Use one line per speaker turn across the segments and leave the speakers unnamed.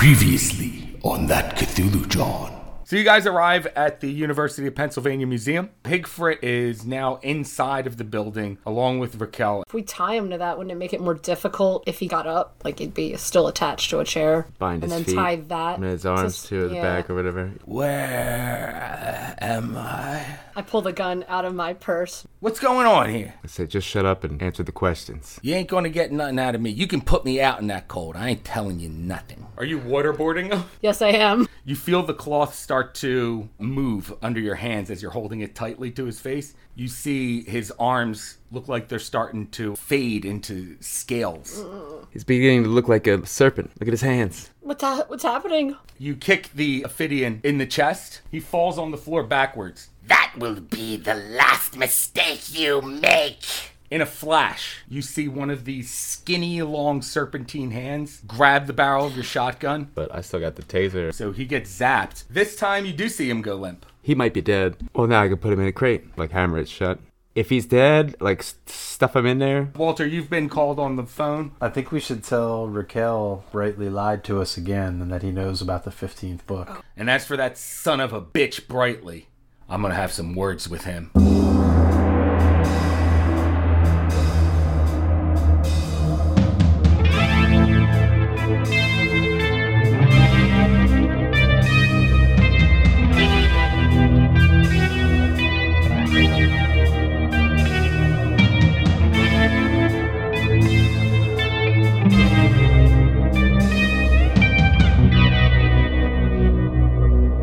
Previously on that Cthulhu John.
So you guys arrive at the University of Pennsylvania Museum. Pigfrit is now inside of the building along with Raquel.
If we tie him to that, wouldn't it make it more difficult if he got up? Like he'd be still attached to a chair.
Bind
and then
his feet
tie that.
and his
to
arms
s-
to the
yeah.
back or whatever.
Where am I?
I pull the gun out of my purse.
What's going on here?
I said, just shut up and answer the questions.
You ain't gonna get nothing out of me. You can put me out in that cold. I ain't telling you nothing. Are you waterboarding him?
Yes, I am.
You feel the cloth start to move under your hands as you're holding it tightly to his face. You see his arms look like they're starting to fade into scales.
He's beginning to look like a serpent. Look at his hands.
What's ha- what's happening?
You kick the Ophidian in the chest. He falls on the floor backwards.
That will be the last mistake you make.
In a flash, you see one of these skinny, long serpentine hands grab the barrel of your shotgun.
But I still got the taser.
So he gets zapped. This time, you do see him go limp.
He might be dead. Well, now I can put him in a crate, like hammer it shut. If he's dead, like s- stuff him in there.
Walter, you've been called on the phone.
I think we should tell Raquel rightly lied to us again and that he knows about the 15th book.
And as for that son of a bitch, Brightly, I'm gonna have some words with him.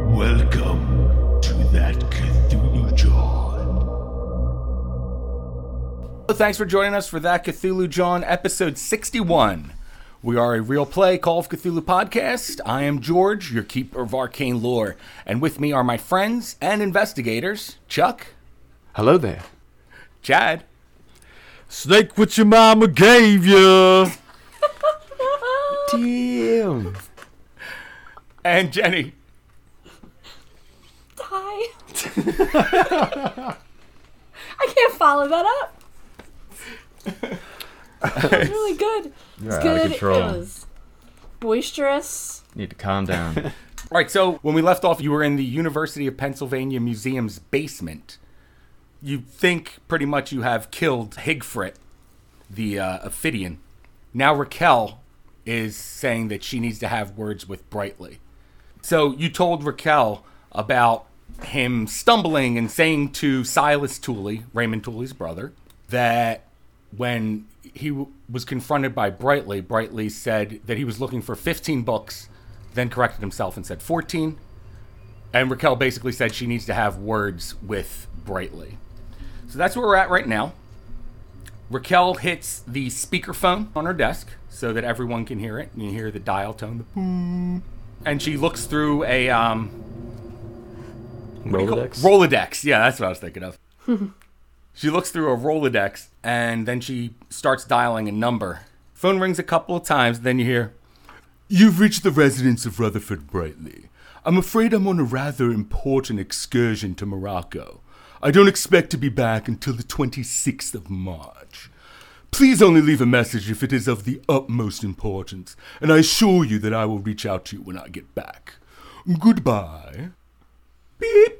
Welcome to that Cthulhu John.
Well, thanks for joining us for that Cthulhu John episode 61. We are a real play Call of Cthulhu podcast. I am George, your keeper of arcane lore, and with me are my friends and investigators, Chuck,
Hello there.
Chad,
Snake what your mama gave you.
Damn.
and Jenny.
Tie. I can't follow that up. It's really good. It's
out of
good.
control.
It was boisterous.
Need to calm down.
All right, so when we left off, you were in the University of Pennsylvania Museum's basement. You think pretty much you have killed Higfrit, the uh, Ophidian. Now Raquel is saying that she needs to have words with Brightly. So you told Raquel about him stumbling and saying to Silas Tooley, Raymond Tooley's brother, that when he w- was confronted by Brightly, Brightly said that he was looking for 15 books, then corrected himself and said 14. And Raquel basically said she needs to have words with Brightly. So that's where we're at right now. Raquel hits the speakerphone on her desk so that everyone can hear it. And you hear the dial tone, the boom. And she looks through a um,
Rolodex.
Rolodex. Yeah, that's what I was thinking of. she looks through a Rolodex and then she starts dialing a number. Phone rings a couple of times, then you hear, You've reached the residence of Rutherford Brightly. I'm afraid I'm on a rather important excursion to Morocco. I don't expect to be back until the 26th of March. Please only leave a message if it is of the utmost importance, and I assure you that I will reach out to you when I get back. Goodbye. Beep.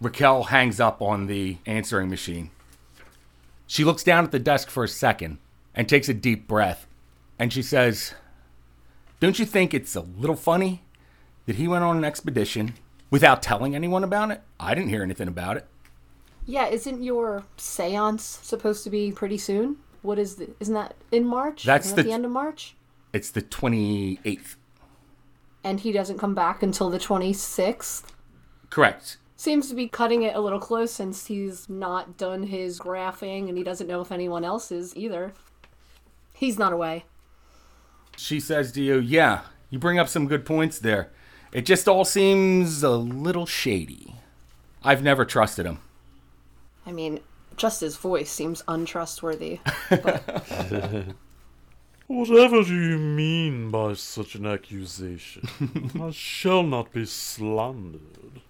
Raquel hangs up on the answering machine. She looks down at the desk for a second and takes a deep breath. And she says, Don't you think it's a little funny that he went on an expedition without telling anyone about it? I didn't hear anything about it.
Yeah, isn't your séance supposed to be pretty soon? What is the, isn't that in March?
That's
Isn't that
the-
the end of March.
It's the 28th.
And he doesn't come back until the 26th.
Correct.
seems to be cutting it a little close since he's not done his graphing and he doesn't know if anyone else is either. He's not away.
She says to you, Yeah, you bring up some good points there. It just all seems a little shady. I've never trusted him.
I mean, just his voice seems untrustworthy.
Whatever do you mean by such an accusation? I shall not be slandered.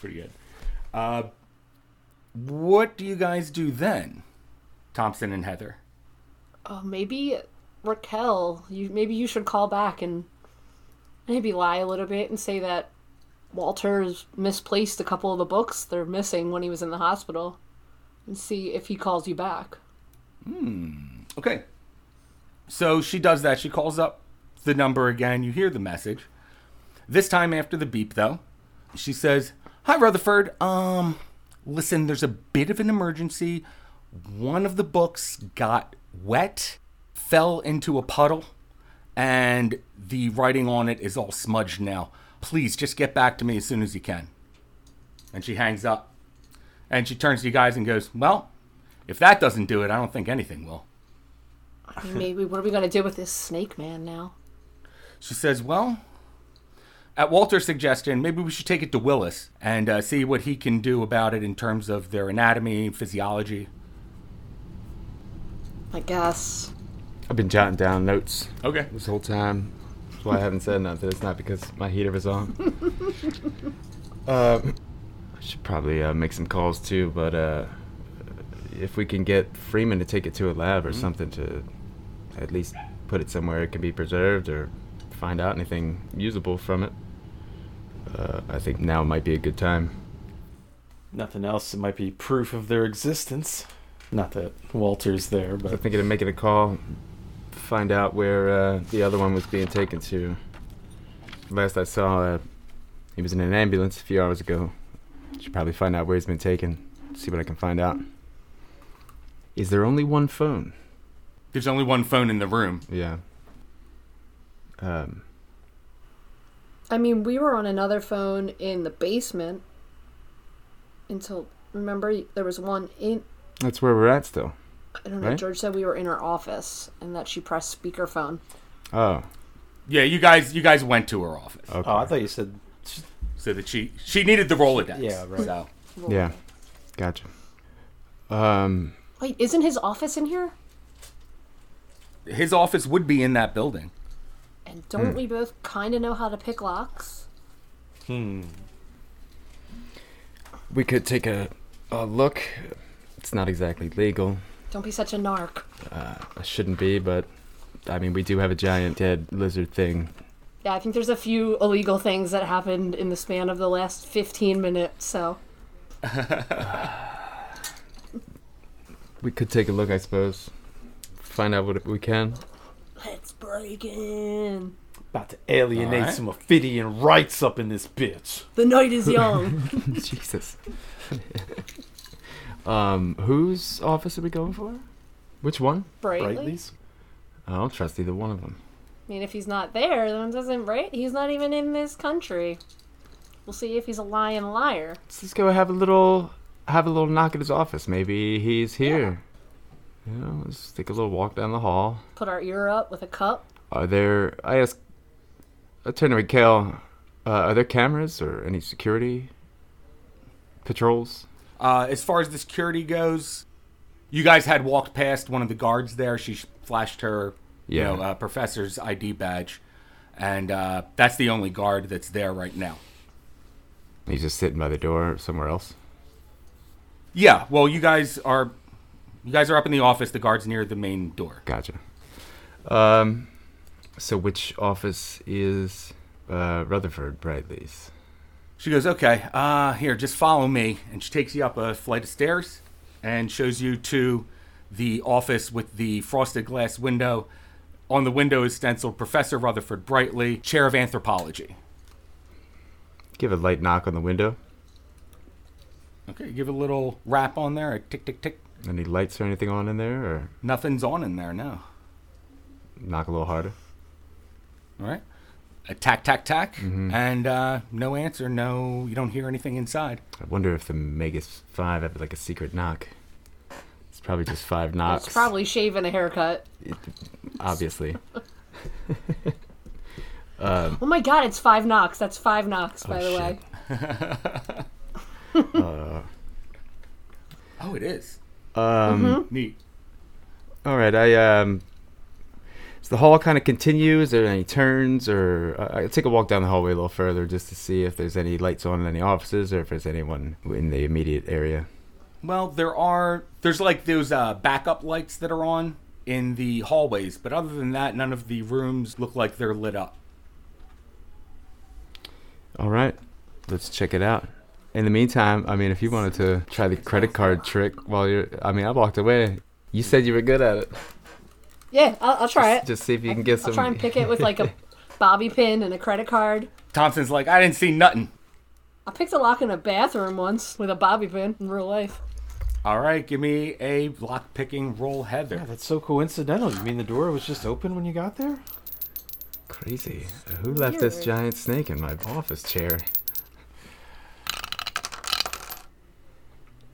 pretty good. Uh, what do you guys do then, Thompson and Heather?
oh, maybe Raquel, you maybe you should call back and maybe lie a little bit and say that Walter's misplaced a couple of the books they're missing when he was in the hospital and see if he calls you back.
Okay. So she does that. She calls up the number again. You hear the message. This time after the beep, though, she says, Hi, Rutherford. Um, listen, there's a bit of an emergency. One of the books got wet, fell into a puddle, and the writing on it is all smudged now. Please just get back to me as soon as you can. And she hangs up. And she turns to you guys and goes, Well, if that doesn't do it, I don't think anything will.
I mean, maybe what are we gonna do with this snake man now?
She says, Well, at Walter's suggestion, maybe we should take it to Willis and uh, see what he can do about it in terms of their anatomy, physiology.
I guess.
I've been jotting down notes
Okay.
this whole time. That's why I haven't said nothing. It's not because my heater was on. uh, I should probably uh, make some calls too, but uh, if we can get Freeman to take it to a lab or something to at least put it somewhere it can be preserved or find out anything usable from it, uh, I think now might be a good time.
Nothing else. It might be proof of their existence. Not that Walter's there,
I was
but
thinking of making a call, find out where uh, the other one was being taken to. Last I saw, uh, he was in an ambulance a few hours ago. Should probably find out where he's been taken. See what I can find out. Is there only one phone?
There's only one phone in the room.
Yeah. Um,
I mean, we were on another phone in the basement until remember there was one in
that's where we're at still.
I don't know.
Right?
George said we were in her office and that she pressed speakerphone.
Oh,
Yeah, you guys, you guys went to her office,
okay.
oh, I thought you said
so that she she needed the Rolodex.
Yeah, right.
So
yeah, gotcha. Um,
Wait, isn't his office in here?
his office would be in that building.
And don't
Hmm.
we both kind of know how to pick locks?
we could take a, a look. It's not exactly legal.
Don't be such a narc.
I shouldn't be, but I mean, we do have a giant dead lizard thing.
Yeah, I think there's a few illegal things that happened in the span of the last 15 minutes, so
We could take a look, I suppose. Find out what we can.
let's break in.
about to alienate
Alright.
some Ophidian rights up in this bitch.
The night is young.
Jesus. um, whose office are we going for? Which one?
Brightly?
Brightleys?
I don't trust either one of them.
I mean, if he's not there, then it doesn't, right? He's not even in this country. We'll see if he's a lying liar.
Let's just go have a little have a little knock at his office. Maybe he's here. You know, let's take a little walk down the hall.
Put our ear up with a cup.
Are there? I ask. I turn to Mikhail. Uh, are there cameras or any security patrols?
Uh, as far as the security goes, you guys had walked past one of the guards there. She sh- flashed her,
Yeah.
you know, uh, professor's ID badge, and uh, that's the only guard that's there right now.
He's just sitting by the door or somewhere else.
Yeah, well, you guys are you guys are up in the office. The guard's near the main door.
Gotcha. Um, so which office is uh, Rutherford Bradley's?
She goes, "Okay, uh, here, just follow me." And she takes you up a flight of stairs and shows you to the office with the frosted glass window. On the window is stenciled Professor Rutherford Brightly, Chair of Anthropology.
Give a light knock on the window.
Okay, give it a little rap on there, a tick tick tick.
Any lights or anything on in there, or
Nothing's on in there now.
knock a little harder.
All right. A tack tack tack and uh, no answer, no you don't hear anything inside.
I wonder if the Magus Five have like a secret knock. It's probably just five
It's
knocks.
probably shave and a haircut.
obviously.
Oh my god, it's five knocks. That's five knocks, by the
shit.
way.
Oh, it is. Mm-hmm.
Um,
Neat.
All right, I um. So the hall kind of continues. Are there any turns, or I I take a walk down the hallway a little further just to see if there's any lights on in any offices, or if there's anyone in the immediate area.
Well, there are there's like those uh, backup lights that are on in the hallways, but other than that, none of the rooms look like they're lit up.
All right, let's check it out. In the meantime, I mean, if you wanted to try the credit card trick while you're, I mean, I walked away. You said you were good at it.
Yeah, I'll, I'll try it.
Just see if you can get some.
I'll try and pick it with like a bobby pin and a credit card.
Thompson's like, I didn't see nothing.
I picked a lock in a bathroom once with a bobby pin in real life.
All right, give me a lock picking roll, Heather.
Yeah, that's so coincidental. You mean the door was just open when you got there?
Crazy. Who left this
Weird.
giant snake in my office chair?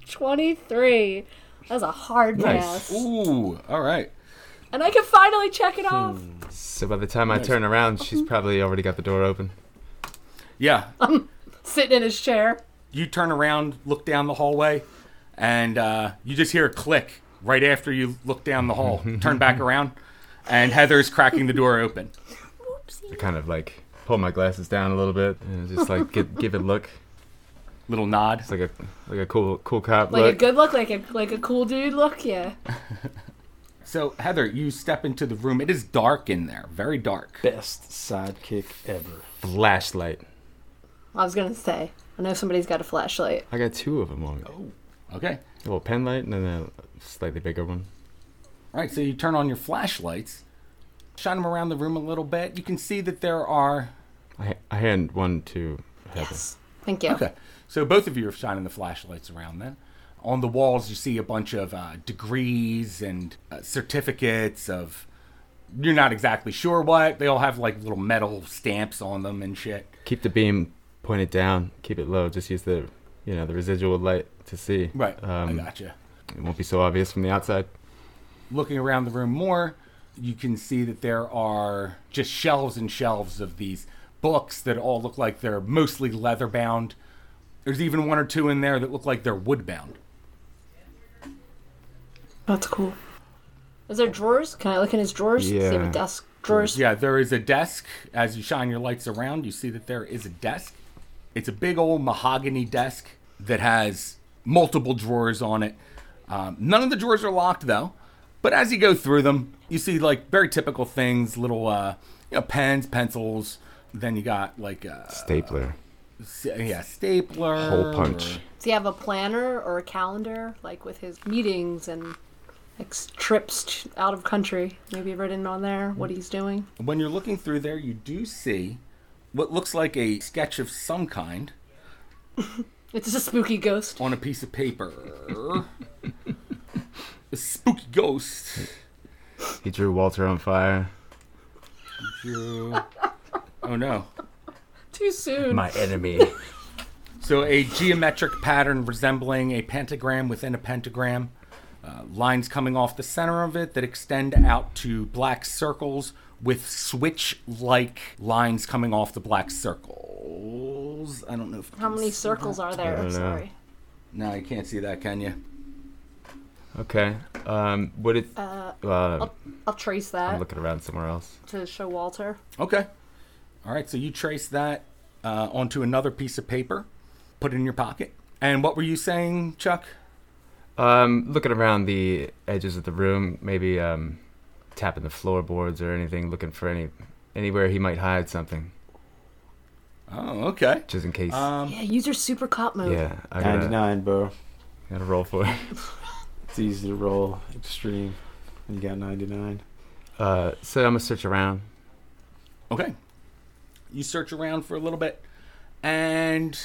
23. That was a hard
Nice.
pass.
Ooh, all right.
And I can finally check it off.
Hmm. So by the time I turn around, she's probably already got the door open.
Yeah,
Sitting in his chair.
you turn around, look down the hallway, and uh, you just hear a click right after you look down the hall. turn back around, and Heather's cracking the door open.
I kind of like pull my glasses down a little bit and just like get, give it a look.
Little nod.
It's like a like a cool cool cop
Like
look.
a good look, like a like a cool dude look, yeah.
So, Heather, you step into the room. It is dark in there, very dark.
Best sidekick ever.
flashlight.
I was gonna say. I know somebody's got a flashlight.
I got two of them on. Oh.
Okay.
A little pen light and then a slightly bigger one.
All right, so you turn on your flashlights, shine them around the room a little bit. You can see that there are.
I I hand one to Heather.
Yes. Thank you.
Okay. So, both of you are shining the flashlights around then. On the walls, you see a bunch of uh, degrees and uh, certificates of. You're not exactly sure what. They all have like little metal stamps on them and shit.
Keep the beam pointed down. Keep it low. Just use the you know the residual light to see.
Right.
Um,
I gotcha.
It won't be so obvious from the outside.
looking around the room more, you can see that there are just shelves and shelves of these books that all look like they're mostly leather bound. There's even one or two in there that look like they're wood bound.
That's cool. Is there drawers? Can I look in his drawers? See if
Yeah.
a desk drawers.
Yeah, there is a desk. As you shine your lights around, you see that there is a desk. It's a big old mahogany desk that has multiple drawers on it. Um, none of the drawers are locked though, but as you go through them, you see like very typical things, little uh, you know, pens, pencils. Then you got like a
Stapler.
yeah stapler,
Hole punch.
or-
Does he have a planner or a calendar, like with his meetings and like s- trips ch- out of country? Maybe written on there what he's doing.
When you're looking through there, you do see what looks like a sketch of some kind
It's a spooky ghost.
on a piece of paper. a spooky ghost.
He drew Walter on fire.
Drew. Oh no.
Too soon.
My enemy.
So a geometric pattern resembling a pentagram within a pentagram. Uh, lines coming off the center of it that extend out to black circles with switch like lines coming off the black circles. I don't know if I
How
can
many
see
circles
that.
are there?
don't know.
Sorry.
No, you can't see that, can you?
okay. Um. Would it? Uh.
I'll trace
I'm
that
looking around somewhere else.
to show Walter.
Okay. All right. So you trace that uh, onto another piece of paper, put it in your pocket. And what were you saying, Chuck?
Um, looking around the edges of the room, maybe um, tapping the floorboards or anything, looking for any anywhere he might hide something,
Oh, okay.
just in case.
Um,
Yeah, use your super cop move.
Um, yeah, I gotta,
99, bro.
gotta roll for it.
It's easy to roll. Extreme. And you got 99.
Uh, so I'm gonna search around.
Okay. You search around for a little bit and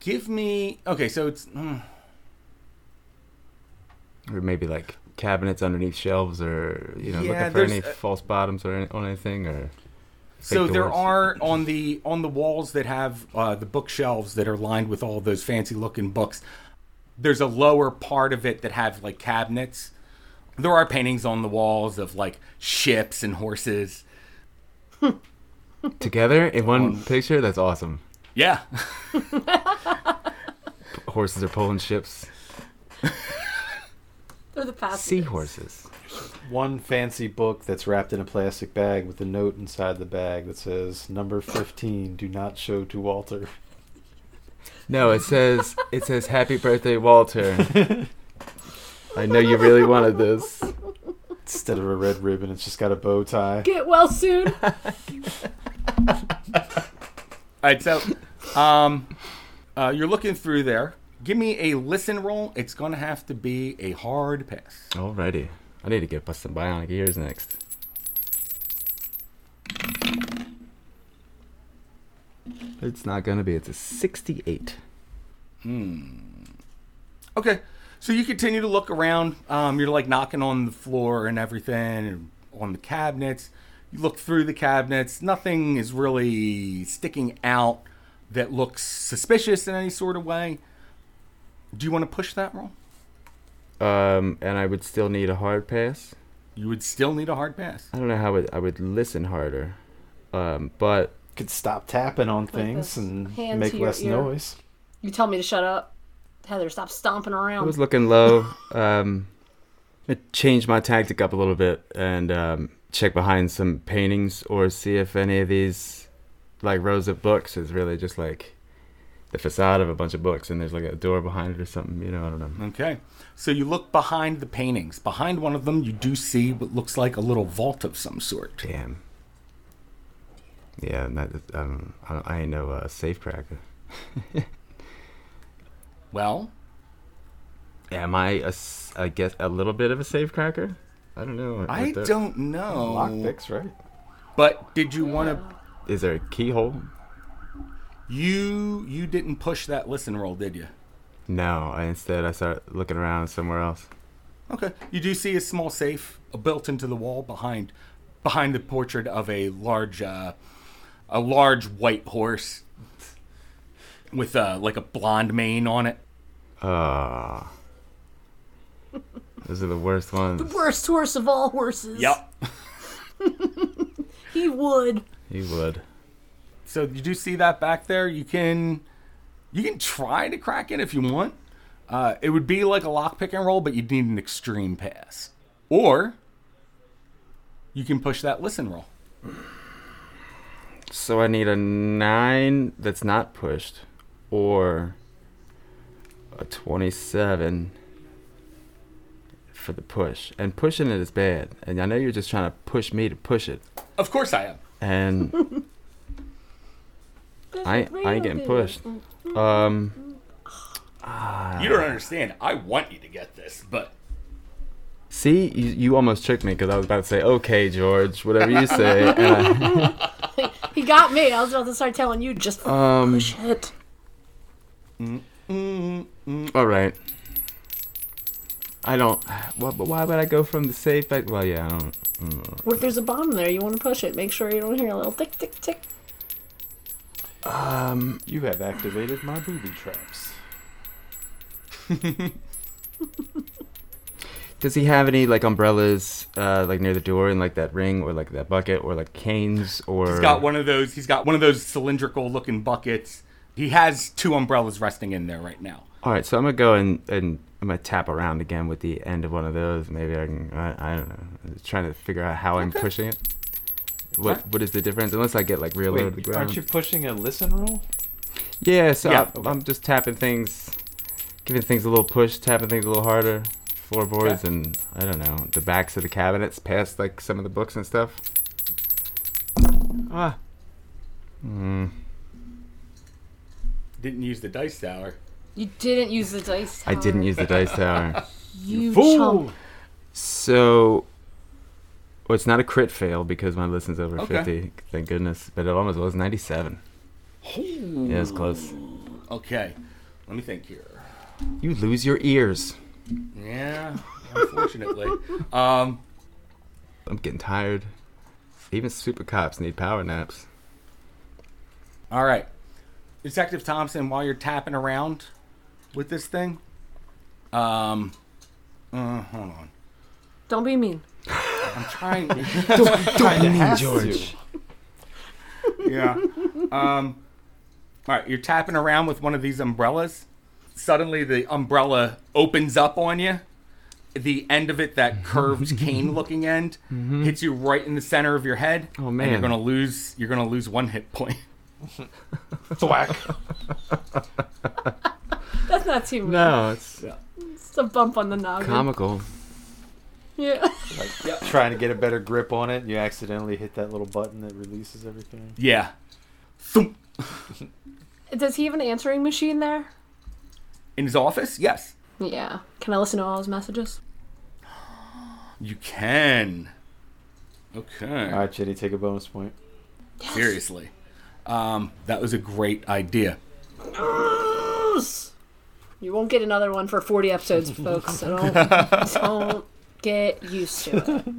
give me. Okay. So it's. mm,
Or maybe like cabinets underneath shelves, or you know,
Yeah,
looking for
there's
any
a-
false bottoms or any, on anything, or
So
Fake
there
doors.
are on the on the walls that have uh, the bookshelves that are lined with all those fancy looking books. There's a lower part of it that have like cabinets. There are paintings on the walls of like ships and horses.
together in one picture. That's awesome.
Yeah.
Horses are pulling ships.
They're the past.
Seahorses.
One fancy book that's wrapped in a plastic bag with a note inside the bag that says, Number 15, do not show to Walter.
No, it says it says happy birthday Walter. I know you really wanted this.
Instead of a red ribbon, it's just got a bow tie.
Get well soon.
All right, so um, uh, you're looking through there. Give me a listen roll. It's going to have to be a hard pass.
Alrighty. I need to get bu- some bionic ears next. It's not gonna be. It's a 68.
Okay, so you continue to look around. Um, you're like knocking on the floor and everything, and on the cabinets. You look through the cabinets. Nothing is really sticking out that looks suspicious in any sort of way. Do you want to push that roll?
Um, and I would still need a hard pass.
You would still need a hard pass.
I don't know how it, I would listen harder. Um, but
Could stop tapping on things
this.
and
Hand
make
to your
less
ear.
noise.
You tell me to shut up. Heather, stop stomping
I
around.
was looking low. Um, I changed my tactic up a little bit and um, check behind some paintings or see if any of these, like rows of books, is really just like the facade of a bunch of books and there's like a door behind it or something. You know, I don't know.
Okay. So you look behind the paintings. Behind one of them, you do see what looks like a little vault of some sort.
Damn. Yeah, and that, I, don't, I, don't, I ain't no uh, safe cracker.
Well,
Am I, a s I guess, a little bit of a safe cracker? I don't know. what
I
the-
don't know.
Mm.
Lockpicks, right?
But did you want to?
Is there a keyhole?
You you didn't push that listen roll, did you?
No, I, instead I start looking around somewhere else.
Okay. You do see a small safe uh, built into the wall behind behind the portrait of a large uh, a large white horse with uh, like a blonde mane on it.
Ah. Those are the worst ones.
Worst horse of all horses.
Yep.
He would.
You would.
So you do see that back there. You can you can try to crack it if you want. Uh, it would be like a lock pick and roll, but you'd need an extreme pass, or you can push that listen roll.
So I need a nine that's not pushed, or a twenty-seven for the push. And pushing it is bad. And I know you're just trying to push me to push it.
Of course I am.
And I I ain't getting pushed. Um,
You don't understand. I want you to get this, but
see, you, you almost tricked me because I was about to say, "Okay, George, whatever you say." and I-
He got me. I was about to start telling you just
um,
push it.
All right. I don't. Why, but why would I go from the safe back? Well, yeah, I don't.
What if there's a bomb there? You want to push it. Make sure you don't hear a little tick, tick, tick.
You have activated my booby traps.
Does he have any like umbrellas, uh, like near the door, and like that ring, or like that bucket, or like canes, or?
he's got one of those. He's got one of those cylindrical-looking buckets. He has two umbrellas resting in there right now.
All right, so I'm gonna go and and I'm gonna tap around again with the end of one of those. Maybe I can. I, I don't know. I'm just trying to figure out how I'm pushing it. What
Alright.
what is the difference? Unless I get like real low to the
Wait,
ground.
aren't you pushing a listen roll?
Yeah, so
Yeah,
I, I'm just tapping things, giving things a little push, tapping things a little harder, floorboards, and I don't know the backs of the cabinets, past like some of the books and stuff. Ah,
Didn't use the dice tower.
You didn't use the dice
I
tower.
didn't use the dice tower.
You
Fool!
chump.
So, well, it's not a crit fail because my listen's over
Okay.
50. Thank goodness, but it almost was 97. Yeah, it was close.
Okay, let me think here.
You lose your ears.
Yeah, unfortunately. um,
I'm getting tired. Even super cops need power naps.
All right. Detective Thompson, while you're tapping around with this thing, um, uh, hold on.
Don't be mean.
I'm trying.
Kind of has
George.
to.
yeah. Um, all right. You're tapping around with one of these umbrellas. Suddenly, the umbrella opens up on you. The end of it, that curved cane-looking end, hits you right in the center of your head.
Oh,
And you're
man.
gonna lose. You're gonna lose one hit point.
Thwack.
That's not too mean.
No, it's
It's a bump on the noggin.
comical.
Yeah.
trying to get a better grip on it, and you accidentally hit that little button that releases everything.
Yeah. Thump.
Does he have an answering machine there?
In his office? Yes.
Yeah. Can I listen to all his messages?
You can. Okay.
All right, Jenny, take a bonus point.
Seriously. Um, that was a great idea.
You won't get another one for 40 episodes, folks. So don't, don't get used to it.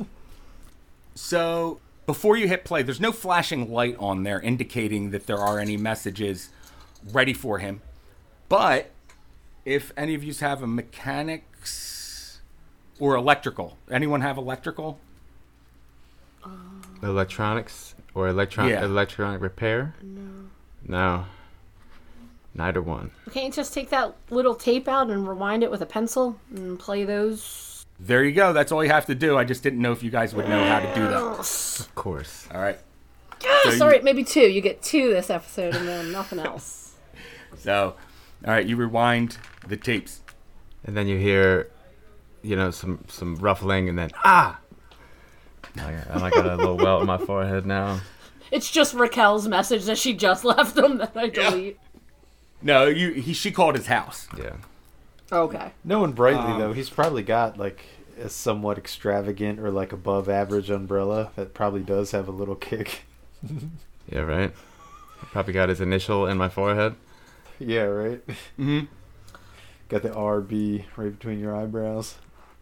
So before you hit play, there's no flashing light on there indicating that there are any messages ready for him. But if any of you have a mechanics or electrical, anyone have electrical?
Electronics or electron
Yeah.
electronic repair? No. No. Neither one.
Can't you just take that little tape out and rewind it with a pencil and play those?
There you go. That's all you have to do. I just didn't know if you guys would know how to do that.
Of course.
All right.
Ah,
you-
sorry, maybe two. You get two this episode and then nothing else.
So, all right, you rewind the tapes.
And then you hear, you know, some some ruffling, and then ah. I got, and I got a little welt on my forehead now.
It's just Raquel's message that she just left them that I delete.
No, you. He, she called his house.
Yeah.
Okay.
Knowing Brightly,
Um.
though, he's probably got like a somewhat extravagant or like above average umbrella that probably does have a little kick.
Yeah. Right. Probably got his initial in my forehead.
yeah, right? Mm-hmm. Got the RB right between your eyebrows.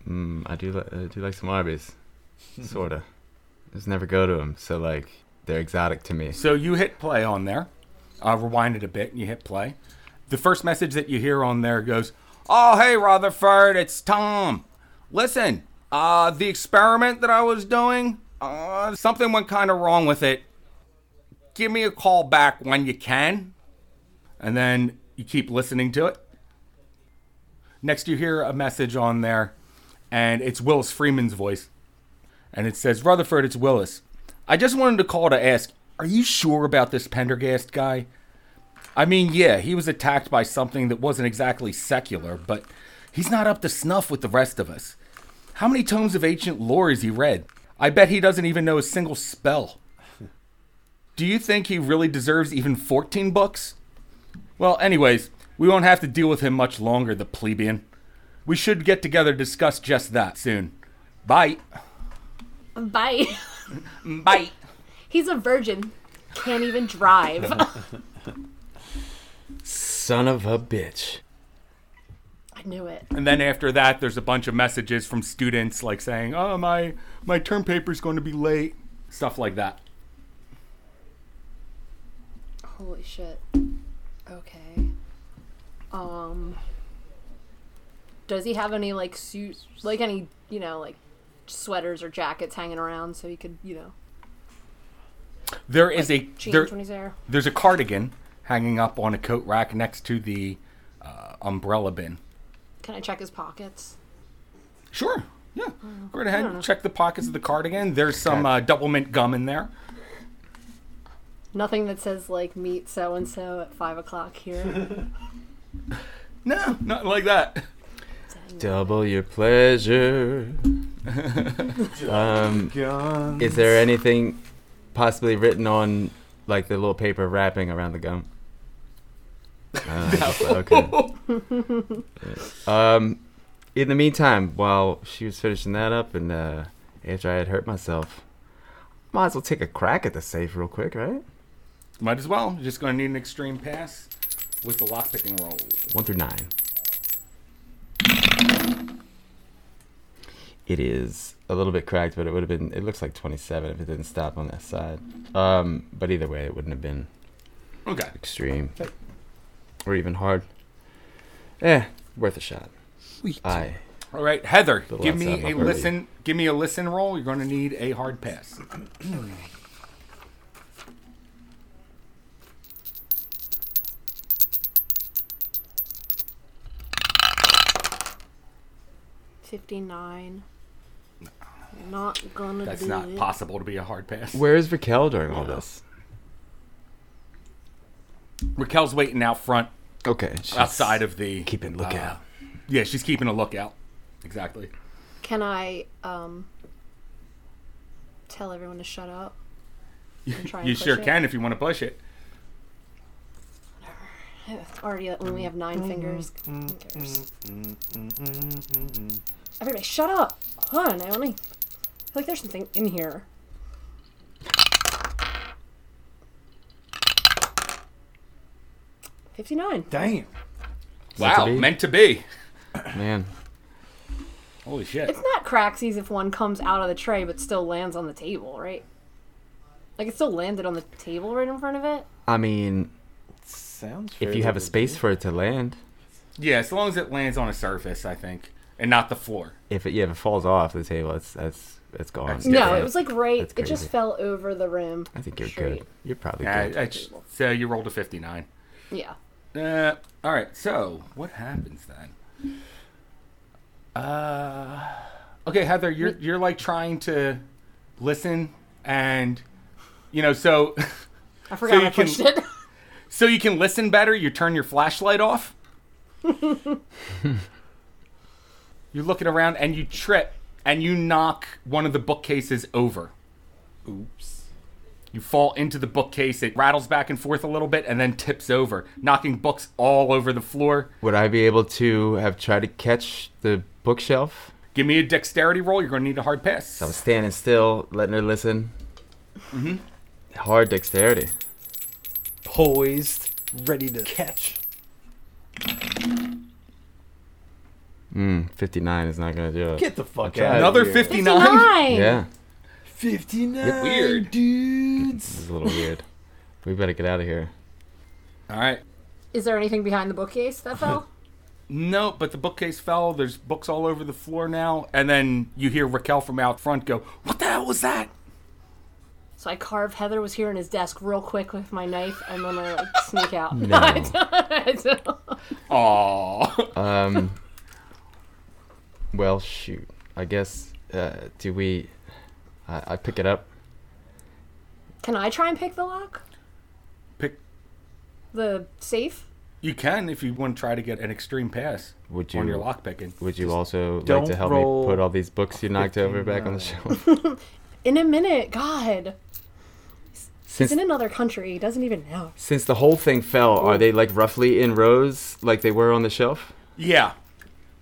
Mm, I do. Li- I do like some Arby's. Sorta. Just never go to them, so like they're exotic to me.
So you hit play on there, uh, rewind it a bit, and you hit play. The first message that you hear on there goes, "Oh hey Rutherford, it's Tom. Listen, uh, the experiment that I was doing, uh, something went kind of wrong with it. Give me a call back when you can." And then you keep listening to it. Next, you hear a message on there, and it's Willis Freeman's voice, and it says, "Rutherford, it's Willis. I just wanted to call to ask, are you sure about this Pendergast guy? I mean, yeah, he was attacked by something that wasn't exactly secular, but he's not up to snuff with the rest of us. How many tomes of ancient lore has he read? I bet he doesn't even know a single spell. Do you think he really deserves even 14 books? Well, anyways, we won't have to deal with him much longer, the plebeian. We should get together to discuss just that soon. Bye.
Bye.
Bye.
He's a virgin. Can't even drive.
Son of a bitch.
I knew it.
And then after that, there's a bunch of messages from students like saying, "Oh, my my term paper's going to be late," stuff like that.
Holy shit. Okay. Um. Does he have any like suits, like any you know like sweaters or jackets hanging around so he could you know
There is a
change
there,
when he's there?
there's a cardigan hanging up on a coat rack next to the uh, umbrella bin.
Can I check his pockets?
Sure, yeah. Go right ahead, check the pockets of the cardigan. There's some uh, double mint gum in there.
Nothing that says like meet so and so at five o'clock here.
No, not like that.
Double your pleasure. um,
Gun.
is there anything possibly written on like the little paper wrapping around the gum? Uh, okay. um, in the meantime, while she was finishing that up, and uh, after I had hurt myself, might as well take a crack at the safe real quick, right?
Might as well. You're just going to need an extreme pass with the lockpicking roll.
One through nine. It is a little bit cracked, but it would have been. It looks like 27 if it didn't stop on that side. Um, but either way, it wouldn't have been
Okay.
extreme or even hard. Eh, worth a shot. I
All right, Heather,
Little
give
outside
me
my
a
purview.
listen. Give me a listen roll. You're going to need a hard pass.
Fifty nine. Not gonna
That's
do
not
it.
possible to be a hard pass.
Where is Raquel during all this?
Raquel's waiting out front,
Okay. she's
outside of the.
uh,
uh,
keeping lookout.
Yeah, she's keeping a lookout. Exactly.
Can I um tell everyone to shut up? and try and
You
push
sure
it?
can if you want to push it.
Already, uh, we only have nine fingers. Fingers. Everybody, shut up! Hold on, I only feel like there's something in here. Fifty-nine.
Damn.
Wow,
to be.
meant to be.
Man,
Holy shit.
It's not craxies if one comes out of the tray but still lands on the table, right? Like it still landed on the table right in front of it.
I mean,
Sounds.
if you have a space for it to land,
Yeah, as long as it lands on a surface, I think, and not the floor.
if it yeah, if it falls off the table, it's that's it's gone.
That's
No,
Yeah.
it was like right.
That's
It just
crazy.
fell over the rim.
I think you're
Straight.
good. You're probably
Uh,
good.
that's- so you rolled a 59.
Yeah.
Uh, all right. So what happens then? Uh, okay, Heather, you're you're like trying to listen, and you know, so
I forgot
you
I pushed
can-
it.
so you can listen better. You turn your flashlight off. you're looking around, and you trip, and you knock one of the bookcases over.
Oops.
You fall into the bookcase. It rattles back and forth a little bit, and then tips over, knocking books all over the floor.
Would I be able to have tried to catch the bookshelf?
Give me a dexterity roll. You're going to need a hard pass.
I was standing still, letting her listen. Mm-hmm. Hard dexterity.
Poised, ready to catch.
Mm, 59 is not gonna do it.
Get the fuck
tried.
out.
Another
of here.
59?
yeah,
Fifty nine.
Weird.
dudes.
this is a little weird. We better get out of here.
All right.
Is there anything behind the bookcase that fell?
No, but the bookcase fell. There's books all over the floor now. And then you hear Raquel from out front go, What the hell was that?
so I carve Heather was here in his desk real quick with my knife, and then I like sneak out.
Aww.
Um. well, shoot. I guess. Uh, do we? I, I pick it up.
Can I try and pick the lock?
Pick.
The safe?
You can if you want to try to get an extreme pass
Would
on your
you?
lock picking.
Would you also like
don't
to help
roll
me put all these books you knocked over back on the shelf?
In a minute, God. He's
Since
in another country. He doesn't even know.
since the whole thing fell, are they like roughly in rows like they were on the shelf?
Yeah.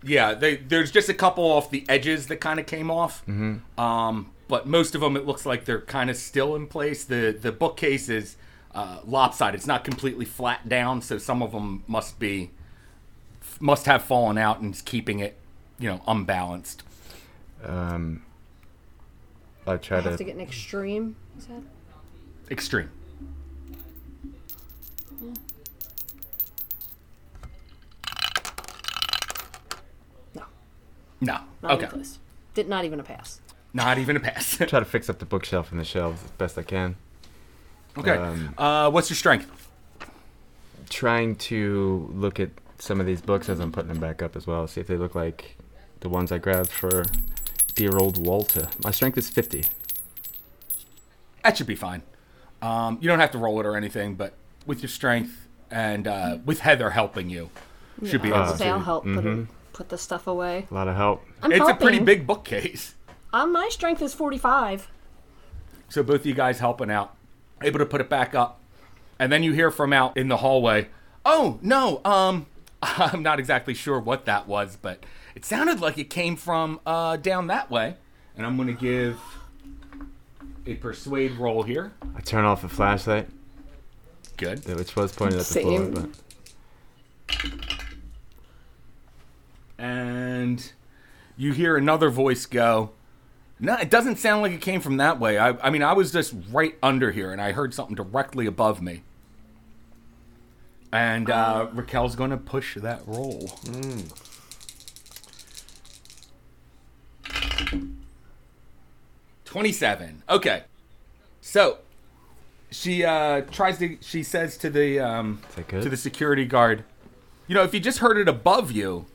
Yeah. They, there's just a couple off the edges that kind of came off.
Mm-hmm.
Um, but most of them, it looks like they're kind of still in place. The, the bookcase is uh, lopsided, it's not completely flat down. So some of them must be. Must have fallen out and is keeping it, you know, unbalanced.
Um. I try
I have
to.
to get an extreme. you said?
Extreme.
No.
No.
Not
okay.
even close. Did not even a pass.
Not even a pass.
Try to fix up the bookshelf and the shelves as best I can.
okay. uh, what's your strength?
Trying to look at some of these books as I'm putting them back up as well, see if they look like the ones I grabbed for dear old Walter. My strength is 50.
That should be fine. Um, you don't have to roll it or anything, but with your strength and uh, with Heather helping you, should be
I'll
able
say
to.
I'll help put, it, put the stuff away.
A lot of help.
I'm
mm-hmm. It's a
helping.
pretty big bookcase.
Um, my strength is 45.
So both of you guys helping out, able to put it back up, and then you hear from out in the hallway. Oh no, um, I'm not exactly sure what that was, but it sounded like it came from uh, down that way. And I'm gonna give a persuade roll here.
I turn off the flashlight,
Good.
which was pointed at the floor,
Same.
but
and you hear another voice go, No, it doesn't sound like it came from that way. I, I mean, I was just right under here and I heard something directly above me. And uh, Raquel's going to push that roll. Twenty-seven. Okay, so she uh, tries to. She says to the um,
that good?
to the security guard, "You know, if you just heard it above you,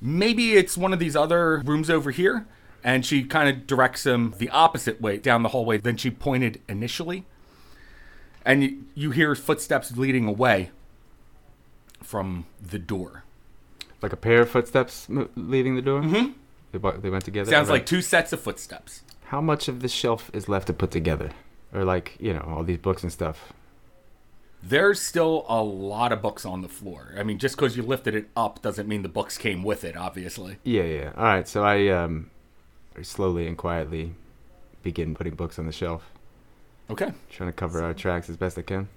maybe it's one of these other rooms over here. And she kind of directs him the opposite way down the hallway than she pointed initially. And you, you hear footsteps leading away from the door.
like a pair of footsteps mo- leaving the door. Mm-hmm. They, bu- they went together.
Sounds
Alright.
like two sets of footsteps.
How much of the shelf is left to put together, or like you know all these books and stuff?
There's still a lot of books on the floor. I mean, just because you lifted it up doesn't mean the books came with it, obviously.
Yeah, yeah. All right, so I um, slowly and quietly begin putting books on the shelf,
Okay.
trying to cover our tracks as best I can.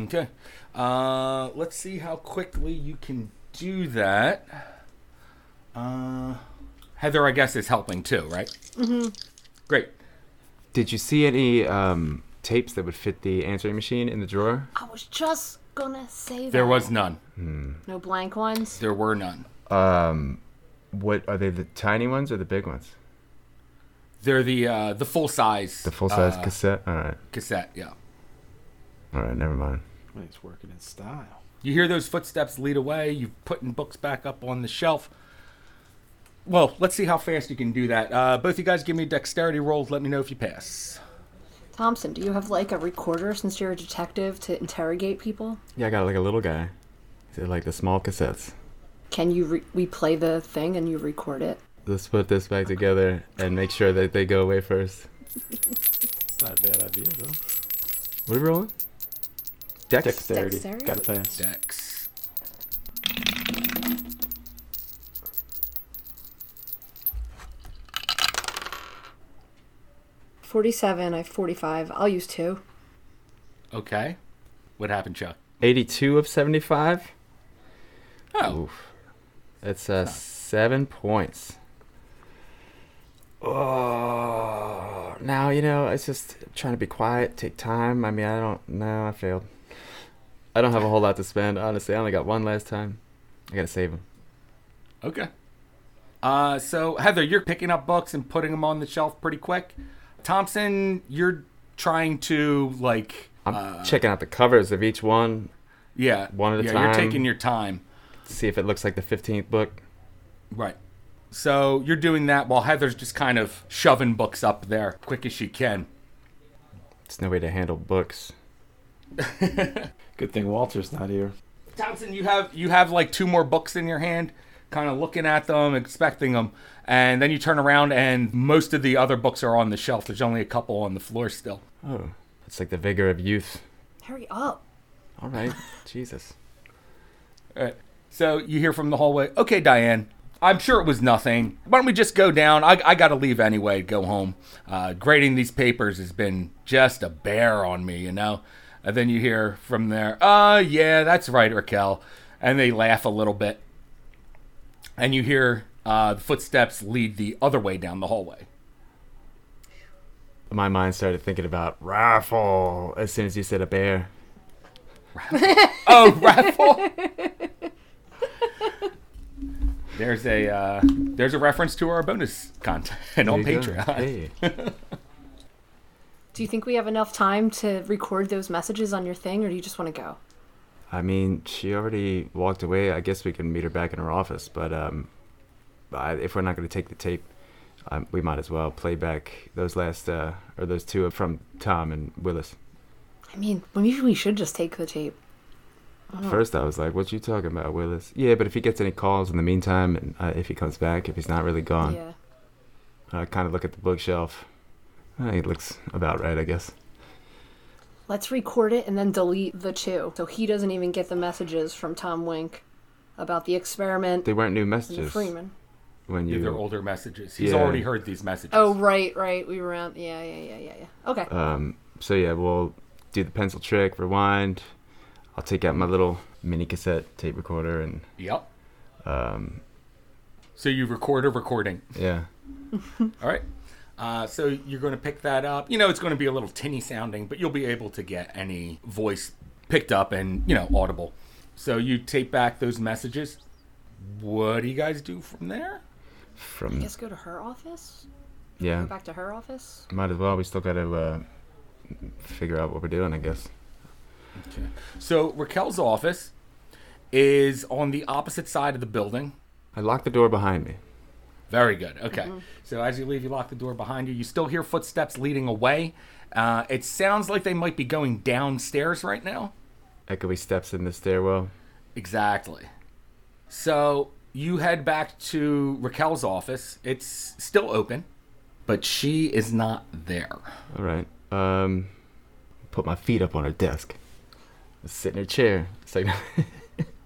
Okay. Uh, let's see how quickly you can do that. Uh, Heather, I guess, is helping too, right? Mm-hmm. Great.
Did you see any um, tapes that would fit the answering machine in the drawer?
I was just gonna say that.
There was none.
no blank ones.
There were none.
Um, what are they? The tiny ones or the big ones?
They're the uh, the full size.
The full size
uh,
cassette. All right,
cassette. Yeah.
all right. Never mind.
He's working in style.
You hear those footsteps lead away. You're putting books back up on the shelf. Well, let's see how fast you can do that. Uh, both you guys give me dexterity rolls. Let me know if you pass.
Thompson, do you have like a recorder since you're a detective to interrogate people?
Yeah, I got like a little guy. They're like the small cassettes.
Can you re- we play the thing and you record it?
Let's put this back together and make sure that they go away first.
It's not a bad idea, though.
What are we rolling? Dex.
Dexterity.
Dexterity.
Gotta pass.
Dex.
Forty-seven. I have forty-five. I'll use two.
Okay. What happened, Chuck?
82 of 75.
Oh,
Oof. That's uh, seven points. Oh, now you know. It's just trying to be quiet, take time. I mean, I don't. No, I failed. I don't have a whole lot to spend, honestly. I only got one last time. I gotta save them.
okay. Uh, so Heather, you're picking up books and putting them on the shelf pretty quick. Thompson, you're trying to like,
I'm checking out the covers of each one,
yeah,
One at a
yeah,
time.
You're taking your time,
see if it looks like the 15th book.
right? So you're doing that while Heather's just kind of shoving books up there, quick as she can.
It's no way to handle books.
Good thing Walter's not here.
Thompson, you have you have like two more books in your hand, kind of looking at them, expecting them, and then you turn around and most of the other books are on the shelf. There's only a couple on the floor still.
Oh, it's like the vigor of youth.
Hurry up.
All right, Jesus.
So you hear from the hallway, okay, Diane, I'm sure it was nothing. Why don't we just go down? I, I got to leave anyway, go home. Uh, grading these papers has been just a bear on me, you know? And then you hear from there, uh, yeah, that's right, Raquel. And they laugh a little bit. And you hear uh, the footsteps lead the other way down the hallway.
My mind started thinking about raffle as soon as you said a bear.
Oh, raffle! there's a uh, there's a reference to our bonus content on
There you go.
Patreon.
Hey.
Do you think we have enough time to record those messages on your thing, or do you just want to go?
I mean, she already walked away. I guess we can meet her back in her office, but um, I, if we're not going to take the tape, um, we might as well play back those last uh, or those two from Tom and Willis.
I mean, maybe we should just take the tape.
First, I was like, "What you talking about, Willis?" Yeah, but if he gets any calls in the meantime, and uh, if he comes back, if he's not really gone,
Yeah.
I kind of look at the bookshelf. Uh, it looks about right, I guess.
Let's record it and then delete the two, so he doesn't even get the messages from Tom Wink about the experiment
They weren't new
and the
messages
Freeman.
when you
Yeah, they're older messages. He's
Yeah.
already heard these messages.
Oh, right, right. We were on. Yeah, yeah, yeah, yeah, yeah. Okay.
Um, so yeah, we'll do the pencil trick, rewind. I'll take out my little mini cassette tape recorder and
Yep. so you record a recording.
yeah.
All right. Uh, so you're going to pick that up. You know, it's going to be a little tinny sounding, but you'll be able to get any voice picked up and, you know, audible. So you tape back those messages. What do you guys do from there?
I
From
guess go to her office.
yeah,
Go back to her office.
might as well. We still gotta uh, figure out what we're doing, I guess.
So Raquel's office is on the opposite side of the building.
I locked the door behind me.
Very good. Okay. So as you leave, you lock the door behind you. You still hear footsteps leading away. Uh, it sounds like they might be going downstairs right now.
Echoey steps in the stairwell.
Exactly. So You head back to Raquel's office. It's still open, but she is not there.
All right. Um, put my feet up on her desk. sit in her chair. It's like,
All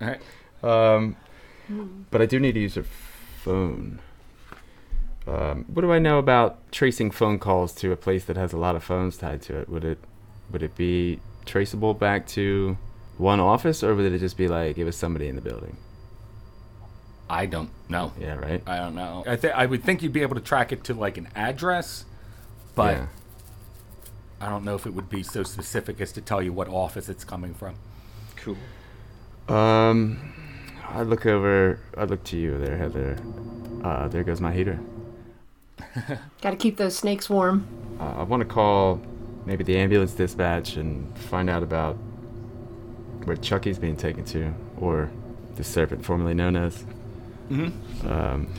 right.
um, but I do need to use her phone. Um, what do I know about tracing phone calls to a place that has a lot of phones tied to it? Would it, would it be traceable back to one office, or would it just be like it was somebody in the building?
I don't know.
Yeah, right.
I don't know. I think I would think you'd be able to track it to like an address, but
yeah.
I don't know if it would be so specific as to tell you what office it's coming from.
Cool.
Um, I look over. I look to you there, Heather. Uh, there goes my heater.
Gotta keep those snakes warm.
Uh, I want to call maybe the ambulance dispatch and find out about where Chucky's being taken to, or the serpent formerly known as. Mm-hmm. Um,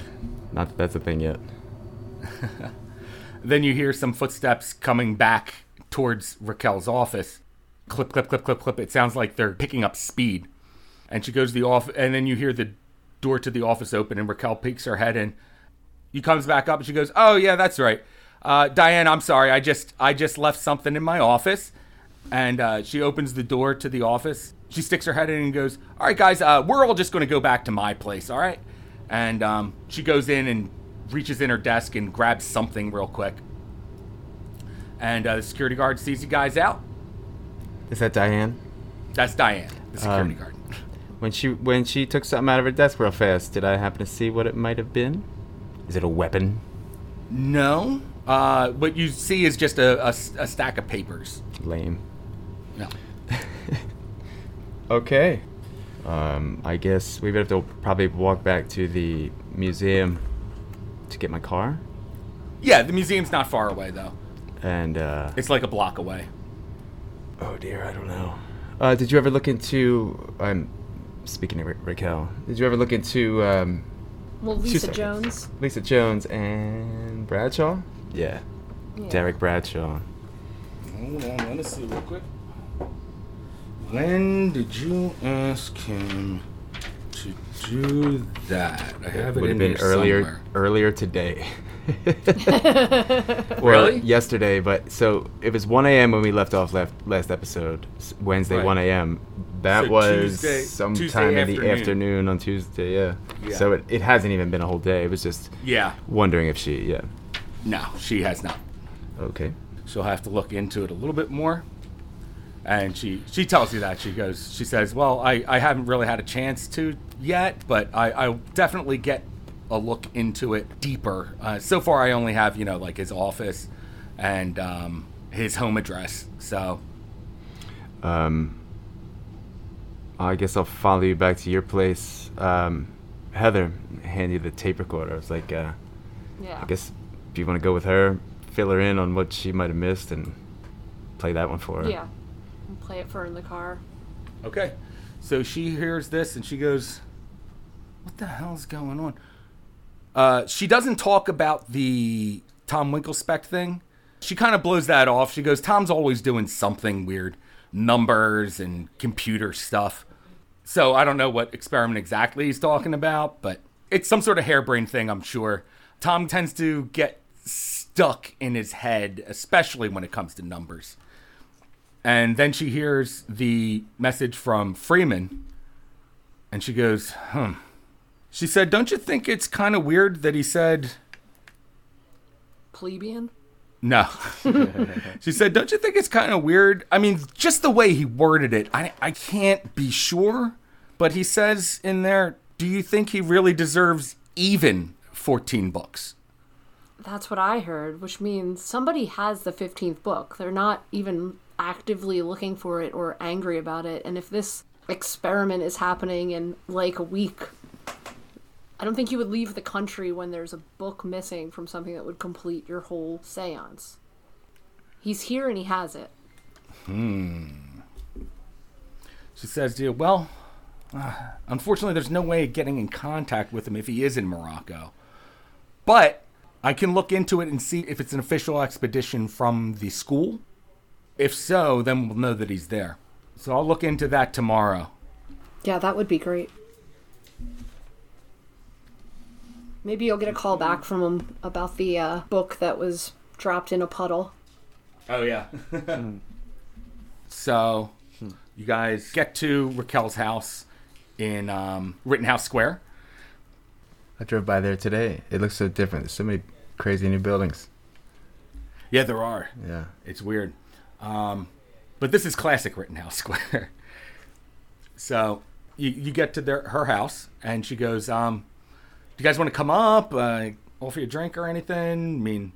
not that that's a thing yet.
Then you hear some footsteps coming back towards Raquel's office. Clip, clip, clip, clip, clip. It sounds like they're picking up speed. And she goes to the office, and then you hear the door to the office open, and Raquel peeks her head in. He comes back up, and she goes, "Oh yeah, that's right, uh, Diane. I'm sorry. I just I just left something in my office." And uh, she opens the door to the office. She sticks her head in and goes, "All right, guys, uh, we're all just going to go back to my place. All right." And um, she goes in and reaches in her desk and grabs something real quick. And uh, the security guard sees you guys out.
Is that Diane?
That's Diane, the security
Um,
guard.
When she when she took something out of her desk real fast, did I happen to see what it might have been? Is it a weapon?
No, uh, what you see is just a, a s- a stack of papers.
Lame.
No.
Okay. Um, I guess we would have to probably walk back to the museum to get my car,
Yeah, the museum's not far away though.
and uh,
It's like a block away.
Oh dear, I don't know. Uh, did you ever look into? I'm speaking to Ra- Raquel. Did you ever look into um,
Well,
Two
Lisa
seconds.
Jones.
Lisa Jones and Bradshaw? Yeah,
Yeah.
Derek Bradshaw.
Hold on, let me see real quick. When did you ask him to do that? I have
Would have been earlier earlier today. Well,
Really?
yesterday, but so it was 1 a.m. when we left off left last episode, s- Wednesday
Right.
1 a.m. That
So
was
Tuesday-
sometime
Tuesday
in the
afternoon.
afternoon on Tuesday, yeah.
Yeah.
So it, it hasn't even been a whole day. It was just
Yeah.
wondering if she, yeah.
No, she has not.
Okay.
she'll have to look into it a little bit more. And she she tells you that she goes she says, "Well, I, I haven't really had a chance to yet, but I I'll definitely get a look into it deeper. Uh, so far, I only have you know like his office and um, his home address. So
Um, I guess I'll follow you back to your place. Um, Heather handed the tape recorder. I was like, uh,
Yeah.
I guess if you want to go with her, fill her in on what she might have missed and play that one for her.
Yeah. And play it for her in the car.
okay, so she hears this and she goes, "What the hell's going on?" Uh, she doesn't talk about the Tom Winklespect thing. She kind of blows that off. She goes, Tom's always doing something weird numbers and computer stuff. So I don't know what experiment exactly he's talking about, but it's some sort of harebrained thing, I'm sure. Tom tends to get stuck in his head, especially when it comes to numbers. And then she hears the message from Freeman, and she goes, hmm. She said, Don't you think it's kind of weird that he said,
Plebeian.
no. she said, Don't you think it's kind of weird? I mean, just the way he worded it, I, I can't be sure. But he says in there, Do you think he really deserves even 14 books?
That's what I heard, which means somebody has the 15th book. They're not even actively looking for it or angry about it. And if this experiment is happening in like a week, I don't think you would leave the country when there's a book missing from something that would complete your whole seance. He's here and he has it.
She says to you, Well, uh, unfortunately, there's no way of getting in contact with him if he is in Morocco. But I can look into it and see if it's an official expedition from the school. If so, then we'll know that he's there. So I'll look into that tomorrow.
Yeah, that would be great. Maybe you'll get a call back from him about the uh, book that was dropped in a puddle.
Oh yeah. so, you guys get to Raquel's house in um, Rittenhouse Square.
I drove by there today. It looks so different. There's so many crazy new buildings.
Yeah, there are.
Yeah.
It's weird. Um, but this is classic Rittenhouse Square. so you, you get to their, her house, and she goes, um, Do you guys want to come up? Uh, offer you a drink or anything? I mean,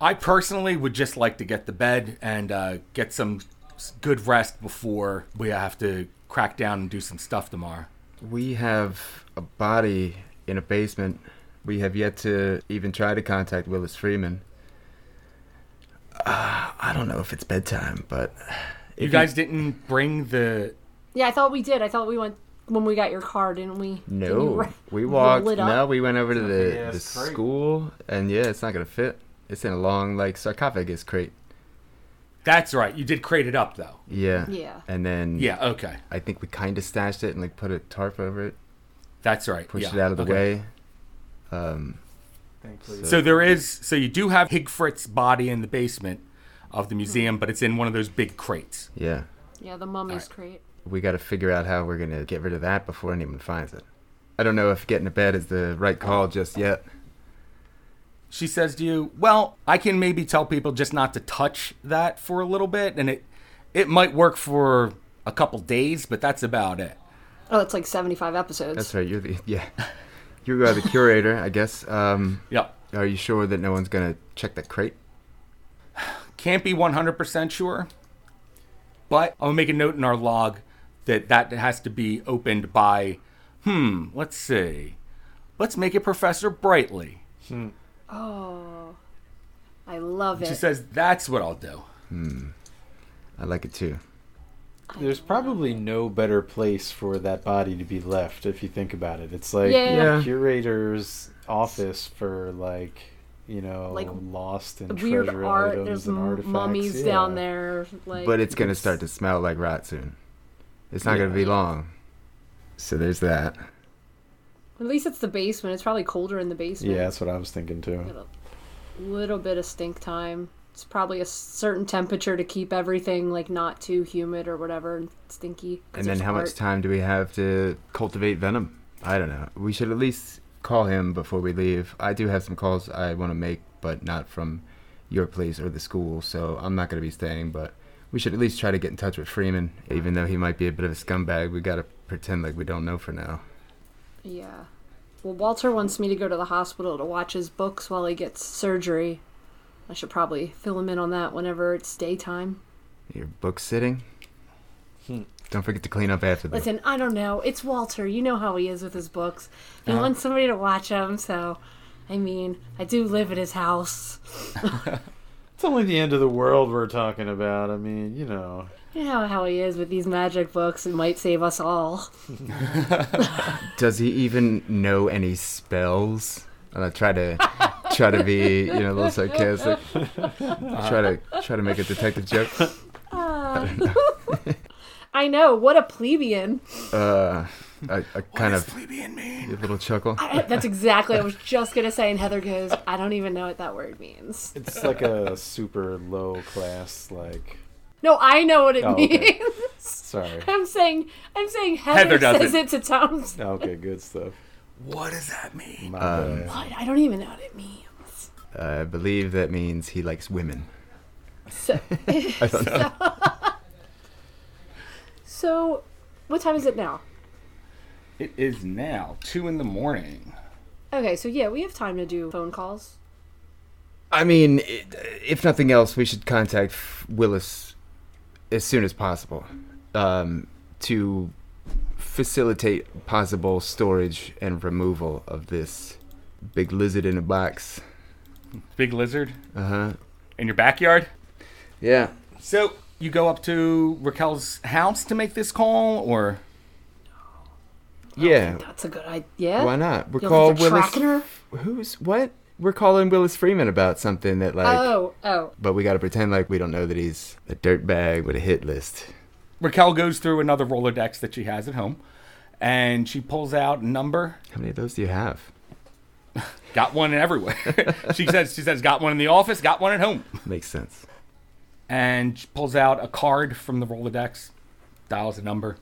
I personally would just like to get to bed and uh, get some s- good rest before we have to crack down and do some stuff tomorrow.
We have a body in a basement. We have yet to even try to contact Willis Freeman. Uh, I don't know if it's bedtime, but
You guys didn't bring the.
Yeah, I thought we did. I thought we went when we got your car, didn't we? Didn't you
no,
write-
we
you
walked.
lit up?
No, we went over to the,
big-ass
the
crate.
school, and yeah, it's not gonna fit. It's in a long like sarcophagus crate.
That's right. You did crate it up, though.
Yeah.
Yeah.
And then
Yeah, okay.
I think we kind of stashed it and like put a tarp over it,
That's right.
pushed
yeah,
it out of the
okay.
way. Um,
Thankfully,
So there is, so you do have Higfritz's body in the basement of the museum, but it's in one of those big crates.
yeah,
Yeah, the mummy's
Alright.
crate.
we got to figure out how we're gonna get rid of that before anyone finds it. I don't know if getting to bed is the right call just yet.
She says to you, "Well, I can maybe tell people just not to touch that for a little bit, and it it might work for a couple days, but that's about it."
Oh, it's like seventy-five episodes.
That's right. You're the yeah. You are the curator, I guess. Um,
Yep.
are you sure that no one's gonna check that crate?
Can't be 100% sure, but I'll make a note in our log that that has to be opened by, hmm, let's see, let's make it Professor Brightly.
Oh, I love it.
She says, "That's what I'll do."
I like it too.
there's probably no better place for that body to be left if you think about it. It's like
Yeah.
Yeah.
a curator's office for like you know
Like,
lost and
Weird
treasure
art.
items
There's
and
m-
artifacts.
mummies
Yeah.
down there. Like,
But it's gonna start to smell like rot soon. It's not gonna be long. So there's that.
at least it's the basement. It's probably colder in the basement.
Yeah, that's what I was thinking too.
Got a little bit of stink time. It's probably a certain temperature to keep everything like not too humid or whatever and stinky. 'cause
And then
there's
how much
art.
time do we have to cultivate venom? I don't know. We should at least call him before we leave. I do have some calls I want to make, but not from your place or the school, so I'm not going to be staying, but we should at least try to get in touch with Freeman. Even though he might be a bit of a scumbag, we got to pretend like we don't know for now.
Yeah. Well, Walter wants me to go to the hospital to watch his books while he gets surgery. I should probably fill him in on that whenever it's daytime.
Your book sitting? Don't forget to clean up after this.
Listen, I don't know. It's Walter. You know how he is with his books.
Uh-huh.
He wants somebody to watch him, so I mean, I do live at his house.
It's only the end of the world we're talking about. I mean, you know,
You know how he is with these magic books. It might save us all.
Does he even know any spells? And I try to try to be, you know, a little sarcastic. I try to try to make a detective joke.
I know. What a plebeian.
uh, a, a kind of
Plebeian man.
a little chuckle.
That's exactly what I was just going to say. And Heather goes, I don't even know what that word means.
it's like a super low class. Like,
No, I know what it
Oh,
means.
okay. sorry.
I'm saying, I'm saying Heather,
Heather does
says
it.
it. to Tom.
Okay, good stuff.
What does that mean?
My bad.
What? I don't even know what it means.
I believe that means he likes women.
So,
I don't know.
so what time is it now?
It is now two in the morning.
Okay, so yeah, we have time to do phone calls.
I mean, i if nothing else, we should contact Willis as soon as possible um, to facilitate possible storage and removal of this big lizard in a box.
Big lizard
Uh huh.
in your backyard.
Yeah.
So you go up to Raquel's house to make this call, or
Yeah.
That's a good idea.
Why not? We're
You'll
calling
have to
Willis.
track her.
Who's what? We're calling Willis Freeman about something that like.
Oh, oh,
but we got to pretend like we don't know that he's a dirtbag with a hit list.
Raquel goes through another Rolodex that she has at home, and she pulls out a number.
How many of those do you have?
Got one everywhere. she says she says got one in the office, got one at home.
Makes sense.
And she pulls out a card from the Rolodex, dials a number.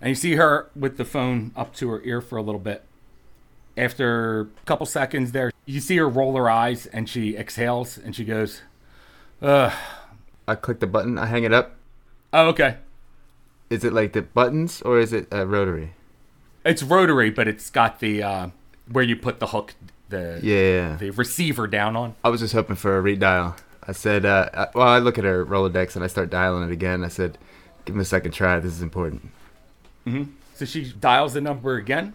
And you see her with the phone up to her ear for a little bit. After a couple seconds there, you see her roll her eyes and she exhales and she goes, Ugh.
I click the button. I hang it up.
Oh, okay.
Is it like the buttons or is it a rotary?
It's rotary, but it's got the uh, where you put the hook, the
Yeah.
the receiver down on.
I was just hoping for a redial. I said, uh, I, well, I look at her Rolodex and I start dialing it again. I said, give me a second try. This is important.
So she dials the number again.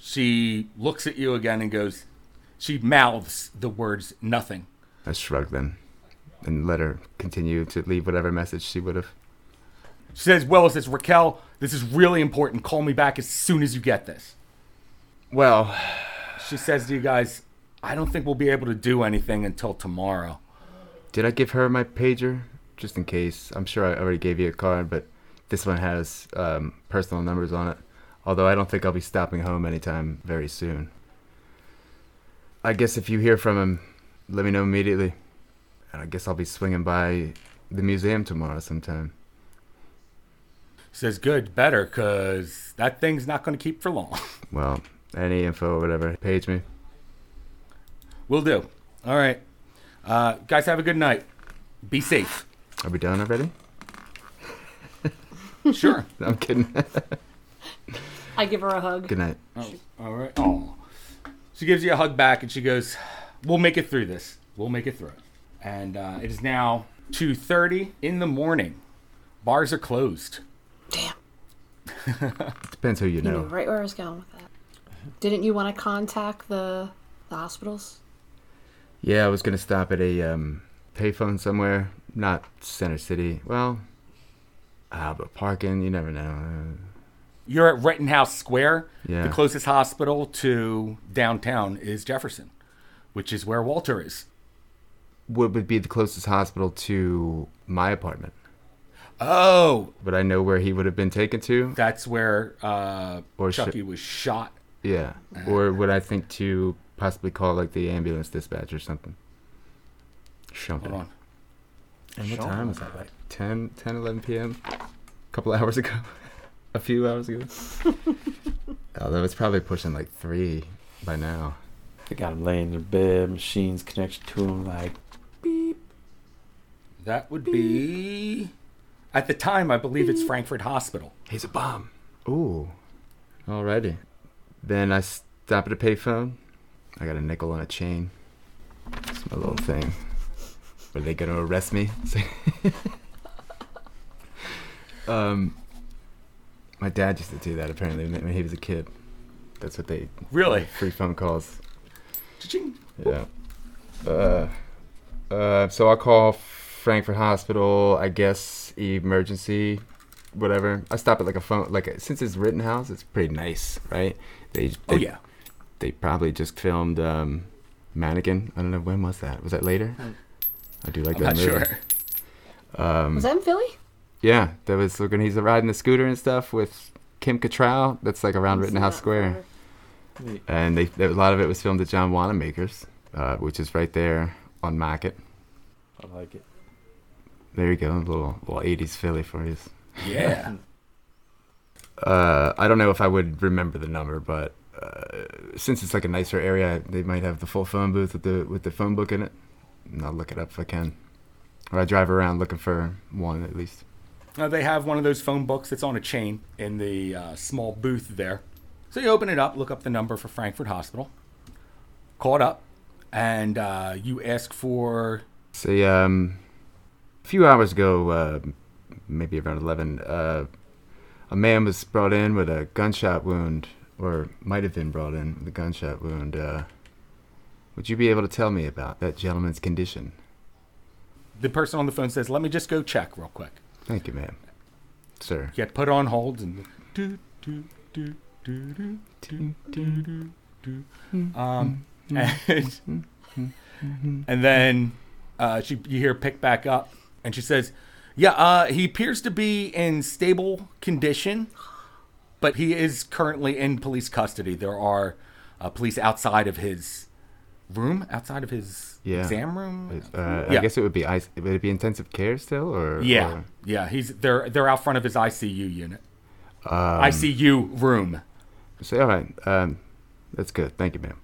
She looks at you again and goes, she mouths the words nothing.
I shrugged them and let her continue to leave whatever message she would have.
She says, Well, says Raquel, this is really important. Call me back as soon as you get this.
Well,
She says to you guys, I don't think we'll be able to do anything until tomorrow.
did I give her my pager? Just in case. I'm sure I already gave you a card, but this one has um, personal numbers on it. Although I don't think I'll be stopping home anytime very soon. I guess if you hear from him, let me know immediately. And I guess I'll be swinging by the museum tomorrow sometime.
She says, Good, better, 'cause that thing's not going to keep for long.
Well, any info or whatever, page me.
Will do. All right. Uh, guys, have a good night. Be safe.
Are we done already?
Sure.
No, I'm kidding.
I give her a hug.
Good night.
All right. Oh. She gives you a hug back and she goes, "We'll make it through this. We'll make it through." it." And uh, it is now 2:30 in the morning. Bars are closed.
Damn.
Depends who you
You knew
know.
right where I was going with that. Didn't you want to contact the the hospitals?
Yeah, I was gonna stop at a um, payphone somewhere, not center city. Well, ah, but parking, you never know.
You're at Rittenhouse Square.
Yeah.
The closest hospital to downtown is Jefferson, which is where Walter is.
What would be the closest hospital to my apartment?
Oh,
Would I know where he would have been taken to?
that's where uh,
Or sh-
Chucky was shot.
Yeah. Or would I think to possibly call like the ambulance dispatch or something? Something.
Hold on.
And what time was that? Like 10, 10, 11 p.m. A couple hours ago. a few hours ago. Although it's probably pushing like three by now.
They got him laying in their bed, machines connected to him, like,
That would be. At the time, I believe it's Frankfurt Hospital.
He's a bomb. Ooh. Alrighty. Then I stop at a payphone. I got a nickel on a chain. It's my little thing. Are they gonna arrest me? um, my dad used to do that apparently when he was a kid. That's what they
Really?
free phone calls.
Cha-ching.
Yeah. Uh, uh, so I'll call Frankfurt Hospital, I guess, emergency, whatever. I stop at like a phone, like a, since it's Rittenhouse, it's pretty nice, right? They, they
Oh, yeah.
they probably just filmed um, Mannequin. I don't know when was that. Was that later? I do like
Um, I'm
that
not
movie. Um,
sure.
Was that in Philly?
Yeah, that was looking. He's riding the scooter and stuff with Kim Cattrall. That's like around
It's
Rittenhouse
not
Square.
far.
and they, a lot of it was filmed at John Wanamaker's, uh, which is right there on Market.
I like it.
There you go, a little little eighties Philly for you.
Yeah.
Uh, I don't know if I would remember the number, but uh, since it's like a nicer area, they might have the full phone booth with the with the phone book in it. And I'll look it up if I can, or I drive around looking for one at least.
Uh, they have one of those phone books that's on a chain in the uh, small booth there. So you open it up, look up the number for Frankfurt Hospital, call it up, and uh, you ask for.
See, um, a few hours ago, uh, maybe around 11, uh, a man was brought in with a gunshot wound, or might have been brought in with a gunshot wound. Uh, would you be able to tell me about that gentleman's condition?
The person on the phone says, "Let me just go check real quick."
Thank you, ma'am. Sir.
Get put on hold and. Um, and, and then uh, she, you hear pick back up, and she says, "Yeah, uh, he appears to be in stable condition, but he is currently in police custody. There are uh, police outside of his room, outside of his
Yeah.
exam room.
Uh,
Yeah.
I guess it would be ice. Would it be intensive care still, or
yeah,
or-
yeah. He's they're they're out front of his ICU unit,
Um,
ICU room.
so all right, um, that's good. Thank you, ma'am.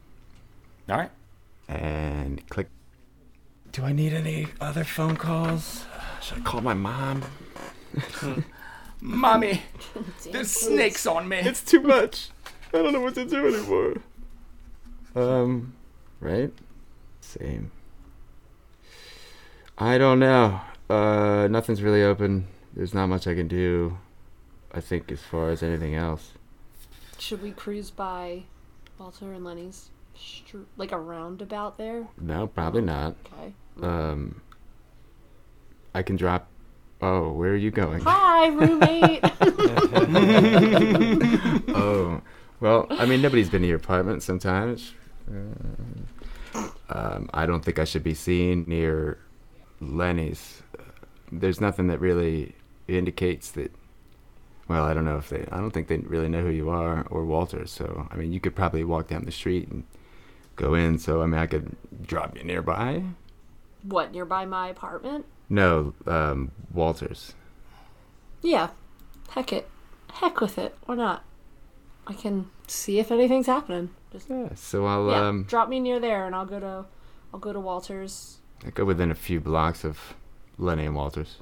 All right.
And click.
Do I need any other phone calls?
Should I call my mom?
Mommy, there's snakes on me.
It's too much. I don't know what to do anymore. Um, right? Same. I don't know. Uh, nothing's really open. There's not much I can do. I think as far as anything else.
Should we cruise by Walter and Lenny's, str- like a roundabout there?
No, probably not.
Okay.
Um, I can drop. Oh, where are you going?
Hi, roommate.
oh, well, I mean, nobody's been to your apartment sometimes. Um, I don't think I should be seen near Lenny's. There's nothing that really indicates that. Well, I don't know if they. I don't think they really know who you are or Walter. So, I mean, you could probably walk down the street and go in. So, I mean, I could drop you nearby.
what nearby my apartment?
No, um, Walter's.
Yeah. Heck it. Heck with it. Why not? I can see if anything's happening. Just
Yeah. So I'll
yeah,
um,
drop me near there, and I'll go to I'll go to Walter's.
I go within a few blocks of Lenny and Walters.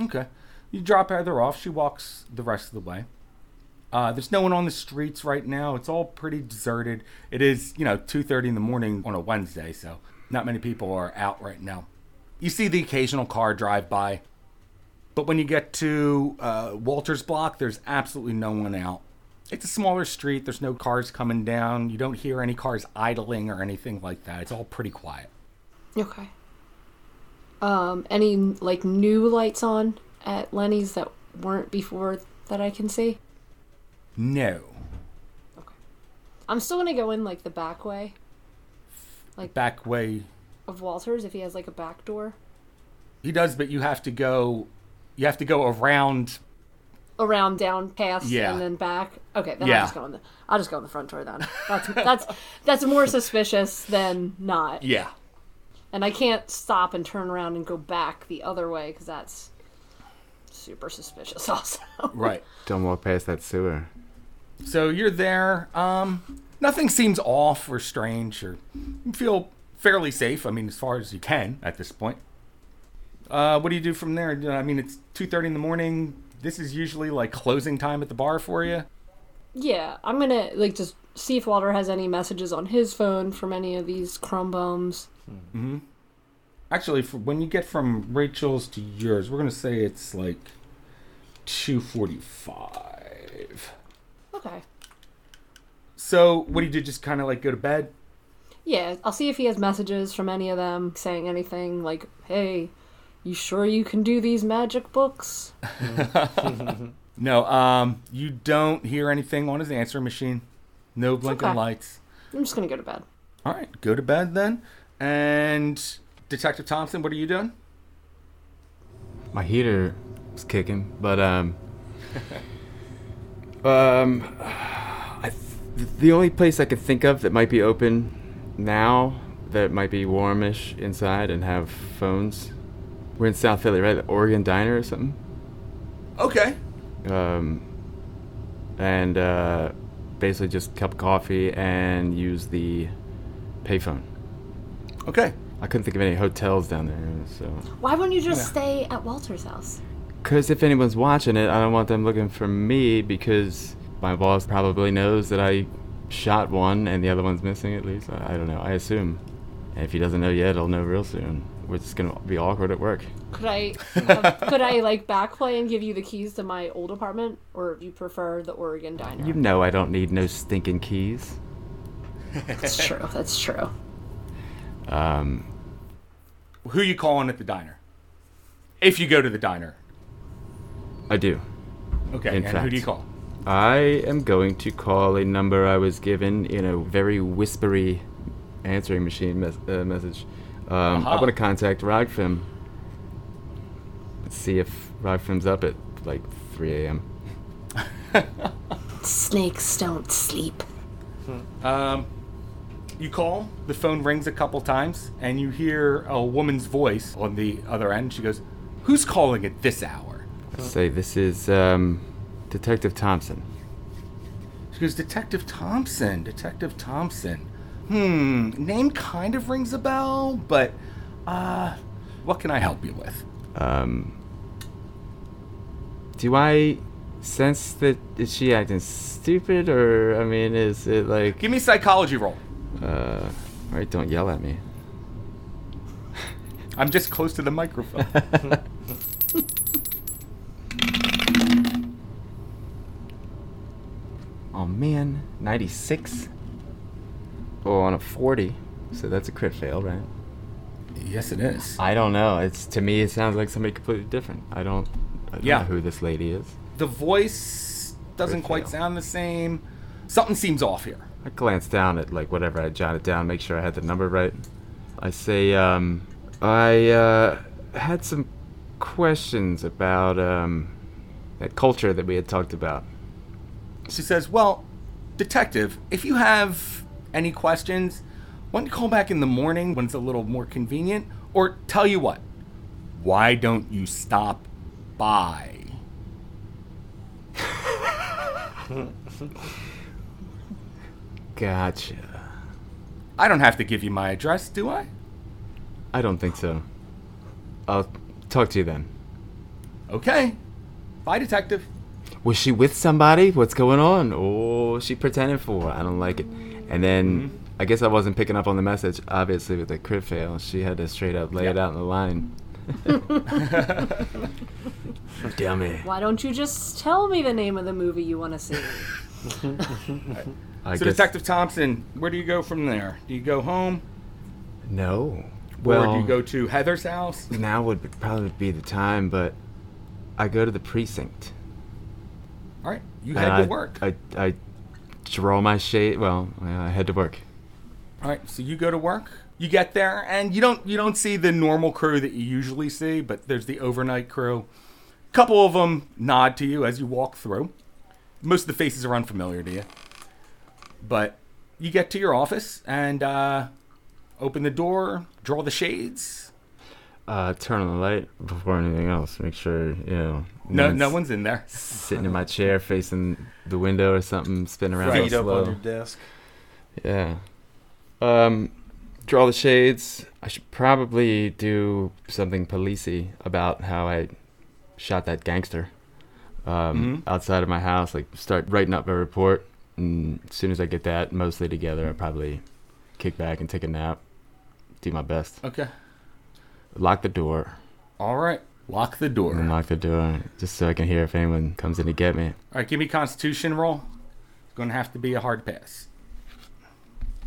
Okay. You drop Heather off. She walks the rest of the way. Uh, there's no one on the streets right now. It's all pretty deserted. It is, you know, 2.30 in the morning on a Wednesday, so not many people are out right now. You see the occasional car drive by. But when you get to uh, Walter's Block, there's absolutely no one out. It's a smaller street. There's no cars coming down. You don't hear any cars idling or anything like that. It's all pretty quiet.
Okay. Um, any like new lights on at Lenny's that weren't before that I can see?
No.
I'm still gonna go in like the back way
Back way
of Walter's if he has like a back door
He does, but you have to go. You have to go around.
around down past
Yeah.
and then back. Okay, then
Yeah.
I'll just go in the I'll just go in the front door then. That's that's that's more suspicious than not.
Yeah.
And I can't stop and turn around and go back the other way because that's super suspicious also.
Right.
Don't walk past that sewer.
So you're there. Um, nothing seems off or strange, or you feel fairly safe. I mean, as far as you can at this point. Uh, what do you do from there? I mean, it's two thirty in the morning. This is usually like closing time at the bar for you.
yeah, I'm gonna like just see if Walter has any messages on his phone from any of these crumb bums.
Actually, for when you get from Rachel's to yours, we're gonna say it's like two forty-five.
Okay.
So what do you do? Just kind of like go to bed.
Yeah, I'll see if he has messages from any of them saying anything like, "Hey, you sure you can do these magic books?"
No, um, you don't hear anything on his answering machine. No blinking
Okay.
lights.
I'm just gonna go to bed.
All right, go to bed then. And Detective Thompson, what are you doing?
My heater is kicking, but um, um, I th- the only place I can think of that might be open now that might be warmish inside and have phones. We're in South Philly, right? The Oregon Diner or something.
Okay.
Um, and uh, basically just cup of coffee and use the payphone.
Okay.
I couldn't think of any hotels down there, so.
Why wouldn't you just stay at Walter's house?
Because if anyone's watching it, I don't want them looking for me because my boss probably knows that I shot one and the other one's missing at least. I, I don't know. I assume. And if he doesn't know yet, he'll know real soon. Which is going to be awkward at work.
Could I have, could I like backplay and give you the keys to my old apartment, or do you prefer the Oregon diner?
You know I don't need no stinking keys.
That's true. That's true.
Um,
Who you calling at the diner? If you go to the diner.
I do.
Okay.
In
and who do you
fact.
call?
I am going to call a number I was given in a very whispery answering machine mes- uh, message. Um,
Aha.
I want to contact Rogfim. Let's see if Rogfim's up at like 3 a.m.
Snakes don't sleep.
Um, You call, the phone rings a couple times, and you hear a woman's voice on the other end. She goes, Who's calling at this hour?
Say, this is um, Detective Thompson.
She goes, Detective Thompson, Detective Thompson. Hmm, name kind of rings a bell, but uh, what can I help you with?
Um, do I sense that is she acting stupid or I mean, is it like
Give me a psychology roll.
uh, all right? Don't yell at me.
I'm just close to the microphone.
Oh man, 96. Oh, on a 40. So that's a crit fail, right?
yes, it is.
I don't know. It's to me, it sounds like somebody completely different. I don't. I don't
Yeah.
know who this lady is.
The voice doesn't
Good
quite
fail.
sound the same. Something seems off here.
I glance down at like whatever I jotted down, make sure I had the number right. I say, um, I uh, had some questions about um, that culture that we had talked about.
She says, Well, detective, if you have any questions, why don't you call back in the morning when it's a little more convenient? Or tell you what, why don't you stop by?
Gotcha.
I don't have to give you my address, do I?
I don't think so. I'll talk to you then.
Okay. Bye, detective.
Was she with somebody? What's going on? Oh, she pretending for. I don't like it. And then
Mm-hmm.
I guess I wasn't picking up on the message. Obviously, with the crit fail, she had to straight up lay
Yep.
it out in the line. Dummy.
Why don't you just tell me the name of the movie you want to see?
I
so, Detective Thompson, where do you go from there? Do you go home?
No.
or do you go to Heather's house?
now would probably be the time, but I go to the precinct.
All right, you
And
head
I,
to work.
I, I draw my shade. Well, I head to work.
All right, so you go to work. You get there, and you don't you don't see the normal crew that you usually see, but there's the overnight crew. Couple of them nod to you as you walk through. Most of the faces are unfamiliar to you, but you get to your office and uh, open the door, draw the shades.
Uh, turn on the light before anything else. Make sure you know.
No, no
one's
one's in there.
sitting in my chair, facing the window or something, spinning around.
Right.
real
Feet up on
slow.
your desk.
Yeah. Um, draw the shades. I should probably do something policey about how I shot that gangster um,
Mm-hmm.
outside of my house. Like, start writing up a report. And as soon as I get that mostly together, I'll probably kick back and take a nap. Do my best.
Okay.
Lock the door.
All right. Lock the door.
And then lock the door just so I can hear if anyone comes in to get me.
All right, give me Constitution roll. It's going to have to be a hard pass.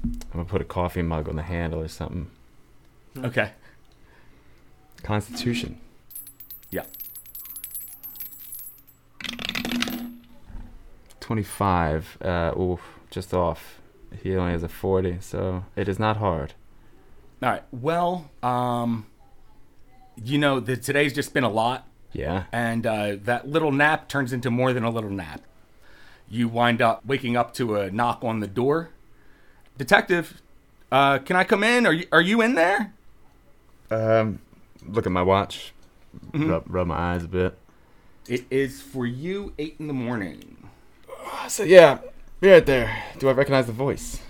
I'm going to put a coffee mug on the handle or something.
Okay.
Constitution.
Yeah.
25. Uh, oof, just off. He only has a 40, so it is not hard.
All right. Well, um, you know, the, today's just been a lot,
Yeah.
and uh, that little nap turns into more than a little nap. You wind up waking up to a knock on the door. Detective, uh, can I come in? Are you, are you in there?
Um, look at my watch. Rub, rub my eyes a bit.
It is for you, eight in the morning.
So yeah, be right there. Do I recognize the voice?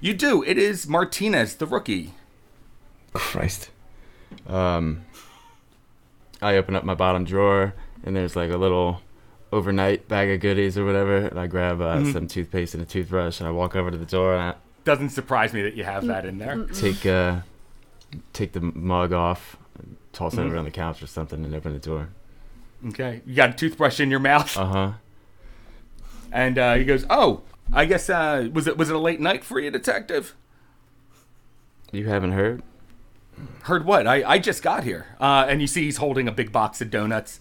You do. It is Martinez, the rookie.
Christ. Um, I open up my bottom drawer, and there's like a little overnight bag of goodies or whatever, and I grab uh, some toothpaste and a toothbrush, and I walk over to the door, and I,
Doesn't surprise me that you have that in there.
take uh, take the mug off, toss it over on the couch or something, and open the door.
Okay. You got a toothbrush in your mouth.
Uh huh.
And uh, he goes, "Oh, I guess uh, was it was it a late night for you, detective?
You haven't heard?
Heard what? I, I just got here. Uh, and you see he's holding a big box of donuts.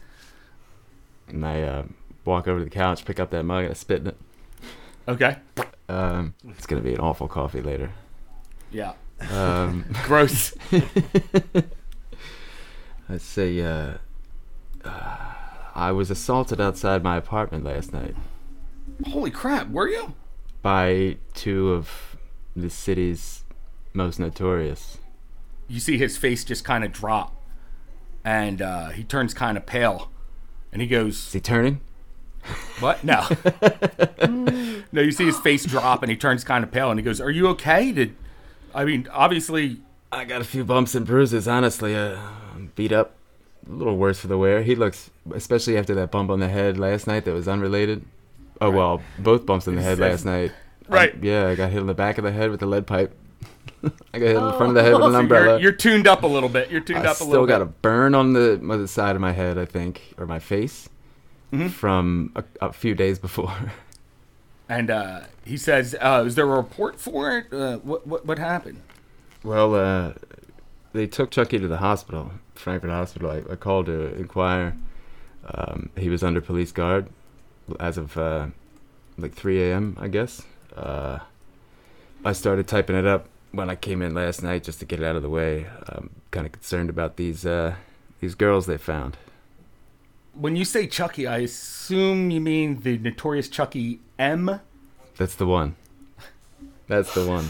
And I uh, walk over to the couch, pick up that mug, and I spit in it.
Okay.
Um, it's gonna be an awful coffee later.
Yeah.
Um,
Gross.
let's say uh, uh, I was assaulted outside my apartment last night
Holy crap! Were you?
by two of the city's most notorious.
you see his face just kind of drop and uh, he turns kind of pale and he
Is
goes
he turning?
what no no you see his face drop and he turns kind of pale and he goes are you okay did i mean obviously
I got a few bumps and bruises, honestly. Uh, I'm beat up. A little worse for the wear. He looks, especially after that bump on the head last night that was unrelated. Oh, well, both bumps on the head last night.
Right.
I- yeah, I got hit in the back of the head with a lead pipe. I got hit in the front of the head with an umbrella.
you're, you're tuned up a little bit you're tuned
I
up a
still
little
got a
bit
burn on the, on the side of my head, I think, or my face, Mm-hmm. from a, a few days before.
and uh, he says uh, is there a report for it uh, what, what, what happened
Well, uh, they took Chucky to the hospital, Frankfurt Hospital. I, I called to inquire. Um, he was under police guard as of uh, like 3 a.m., I guess. Uh, I started typing it up when I came in last night just to get it out of the way. I'm kind of concerned about these uh, these girls they found.
when you say chucky i assume you mean the notorious chucky m
That's the one. That's the one.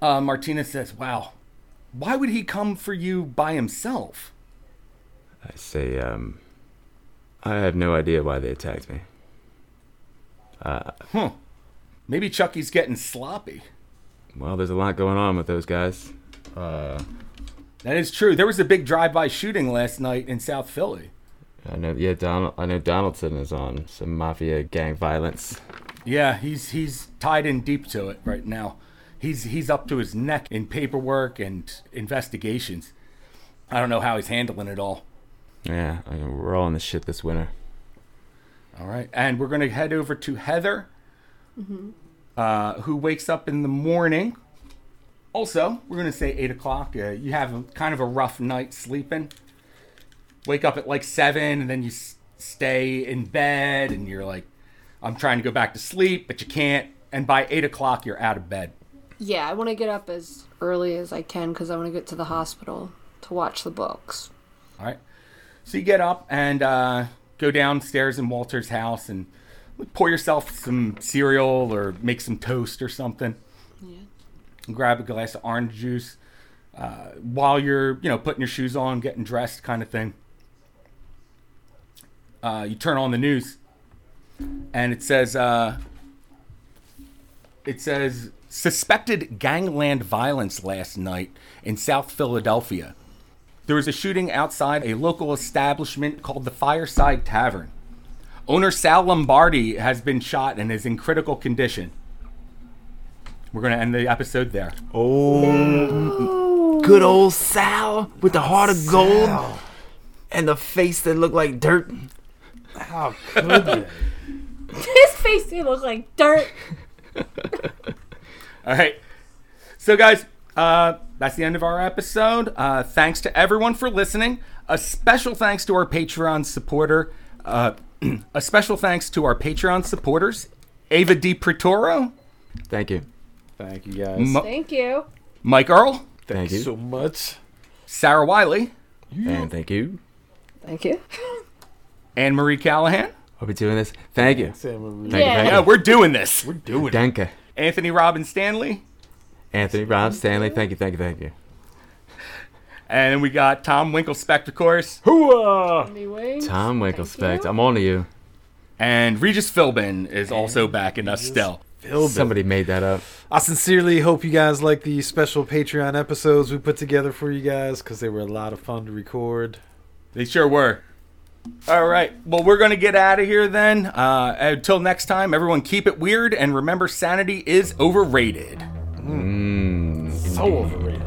uh, martinez says wow why would he come for you by himself
I say, um, I have no idea why they attacked me.
Maybe Chucky's getting sloppy.
Well, there's a lot going on with those guys.
That is true. There was a big drive-by shooting last night in South Philly.
I know. Yeah, Donald. I know Donaldson is on some mafia gang violence.
Yeah, he's he's tied in deep to it right now. He's he's up to his neck in paperwork and investigations. I don't know how he's handling it all.
Yeah, I mean, we're all in the shit this winter.
All right, and we're gonna head over to Heather, uh, who wakes up in the morning. Also, we're gonna say eight o'clock. Uh, you have a, kind of a rough night sleeping. Wake up at like seven, and then you s- stay in bed, and you're like, "I'm trying to go back to sleep, but you can't." And by eight o'clock, you're out of bed.
Yeah, I want to get up as early as I can because I want to get to the hospital to watch the books.
All right. So you get up and uh, go downstairs in Walter's house and pour yourself some cereal or make some toast or something. And grab a glass of orange juice uh, while you're, you know, putting your shoes on, getting dressed, kind of thing. Uh, you turn on the news, and it says, uh, it says suspected gangland violence last night in South Philadelphia. There was a shooting outside a local establishment called the Fireside Tavern. Owner Sal Lombardi has been shot and is in critical condition. We're going to end the episode there.
Oh. Good old Sal with the heart of gold and the face that looked like dirt.
His face did look like dirt.
All right. So, guys, uh, that's the end of our episode. Uh, thanks to everyone for listening. A special thanks to our Patreon supporter. Uh, a special thanks to our Patreon supporters, Ava D. Pretoro,
Thank you.
Thank you guys.
Mo-
Thank you.
Mike Earl,
Thank you.
so much.
Sarah Wiley,
and thank you.
Thank you.
Anne Marie Callahan.
Are we doing this? Thank you. Thank
Sam,
you.
Yeah.
Yeah,
Thank
we're doing this.
you. Thank you.
Anthony Robin Stanley,
Anthony, Rob, Stanley. Thank you. Thank you. Thank you.
and we got Tom Winklespeck, of course,
Anyway,
Tom Winklespect.
you.
I'm on to you.
and Regis Philbin is also back in us still.
Somebody made that up.
I sincerely hope you guys like the special Patreon episodes we put together for you guys because they were a lot of fun to record.
They sure were. All right. Well, we're gonna get out of here then. Uh, until next time, everyone, keep it weird and remember, sanity is overrated.
So overrated.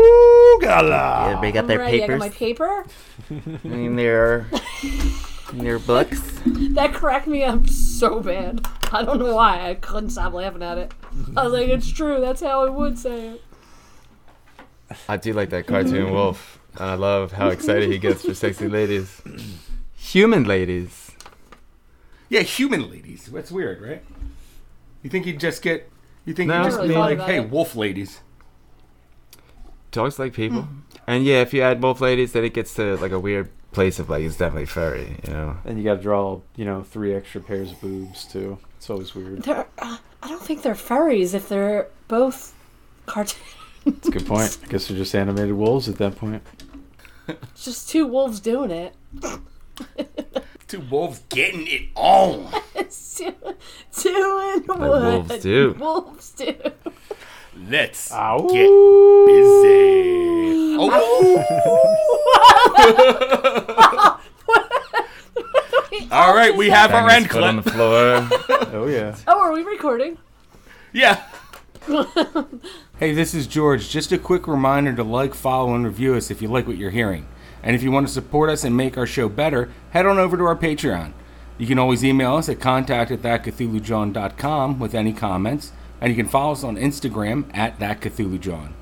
Arugala.
They got
I'm ready. I got my paper.
In their, in their books.
That cracked me up so bad. I don't know why. I couldn't stop laughing at it. I was like, it's true. That's how I would say it.
I do like that cartoon wolf. And I love how excited he gets for sexy ladies. Human ladies.
Yeah, human ladies. That's weird, right? You think you'd just get. You think
No,
you'd
I
just
really
be
thought
like,
about
hey,
it.
wolf ladies.
Dogs like people. And yeah, if you add both ladies, then it gets to like a weird place of like it's definitely furry, you know.
And you got to draw, you know, three extra pairs of boobs too. It's always weird.
They're, uh, I don't think they're furries if they're both cartoon.
It's a good point. I guess they're just animated wolves at that point.
It's just two wolves doing it.
Two wolves getting it on.
It's two, two and one.
wolves do.
Wolves do.
Let's get busy. Oh. All right, we have our
Bang
end
his foot on
clip.
the floor.
Oh yeah.
Oh, are we recording?
Yeah. hey, this is George. Just a quick reminder to like, follow, and review us if you like what you're hearing. And if you want to support us and make our show better, head on over to our Patreon. You can always email us at contact at thatcthulhujohn.com with any comments, and you can follow us on Instagram at thatcthulhujohn.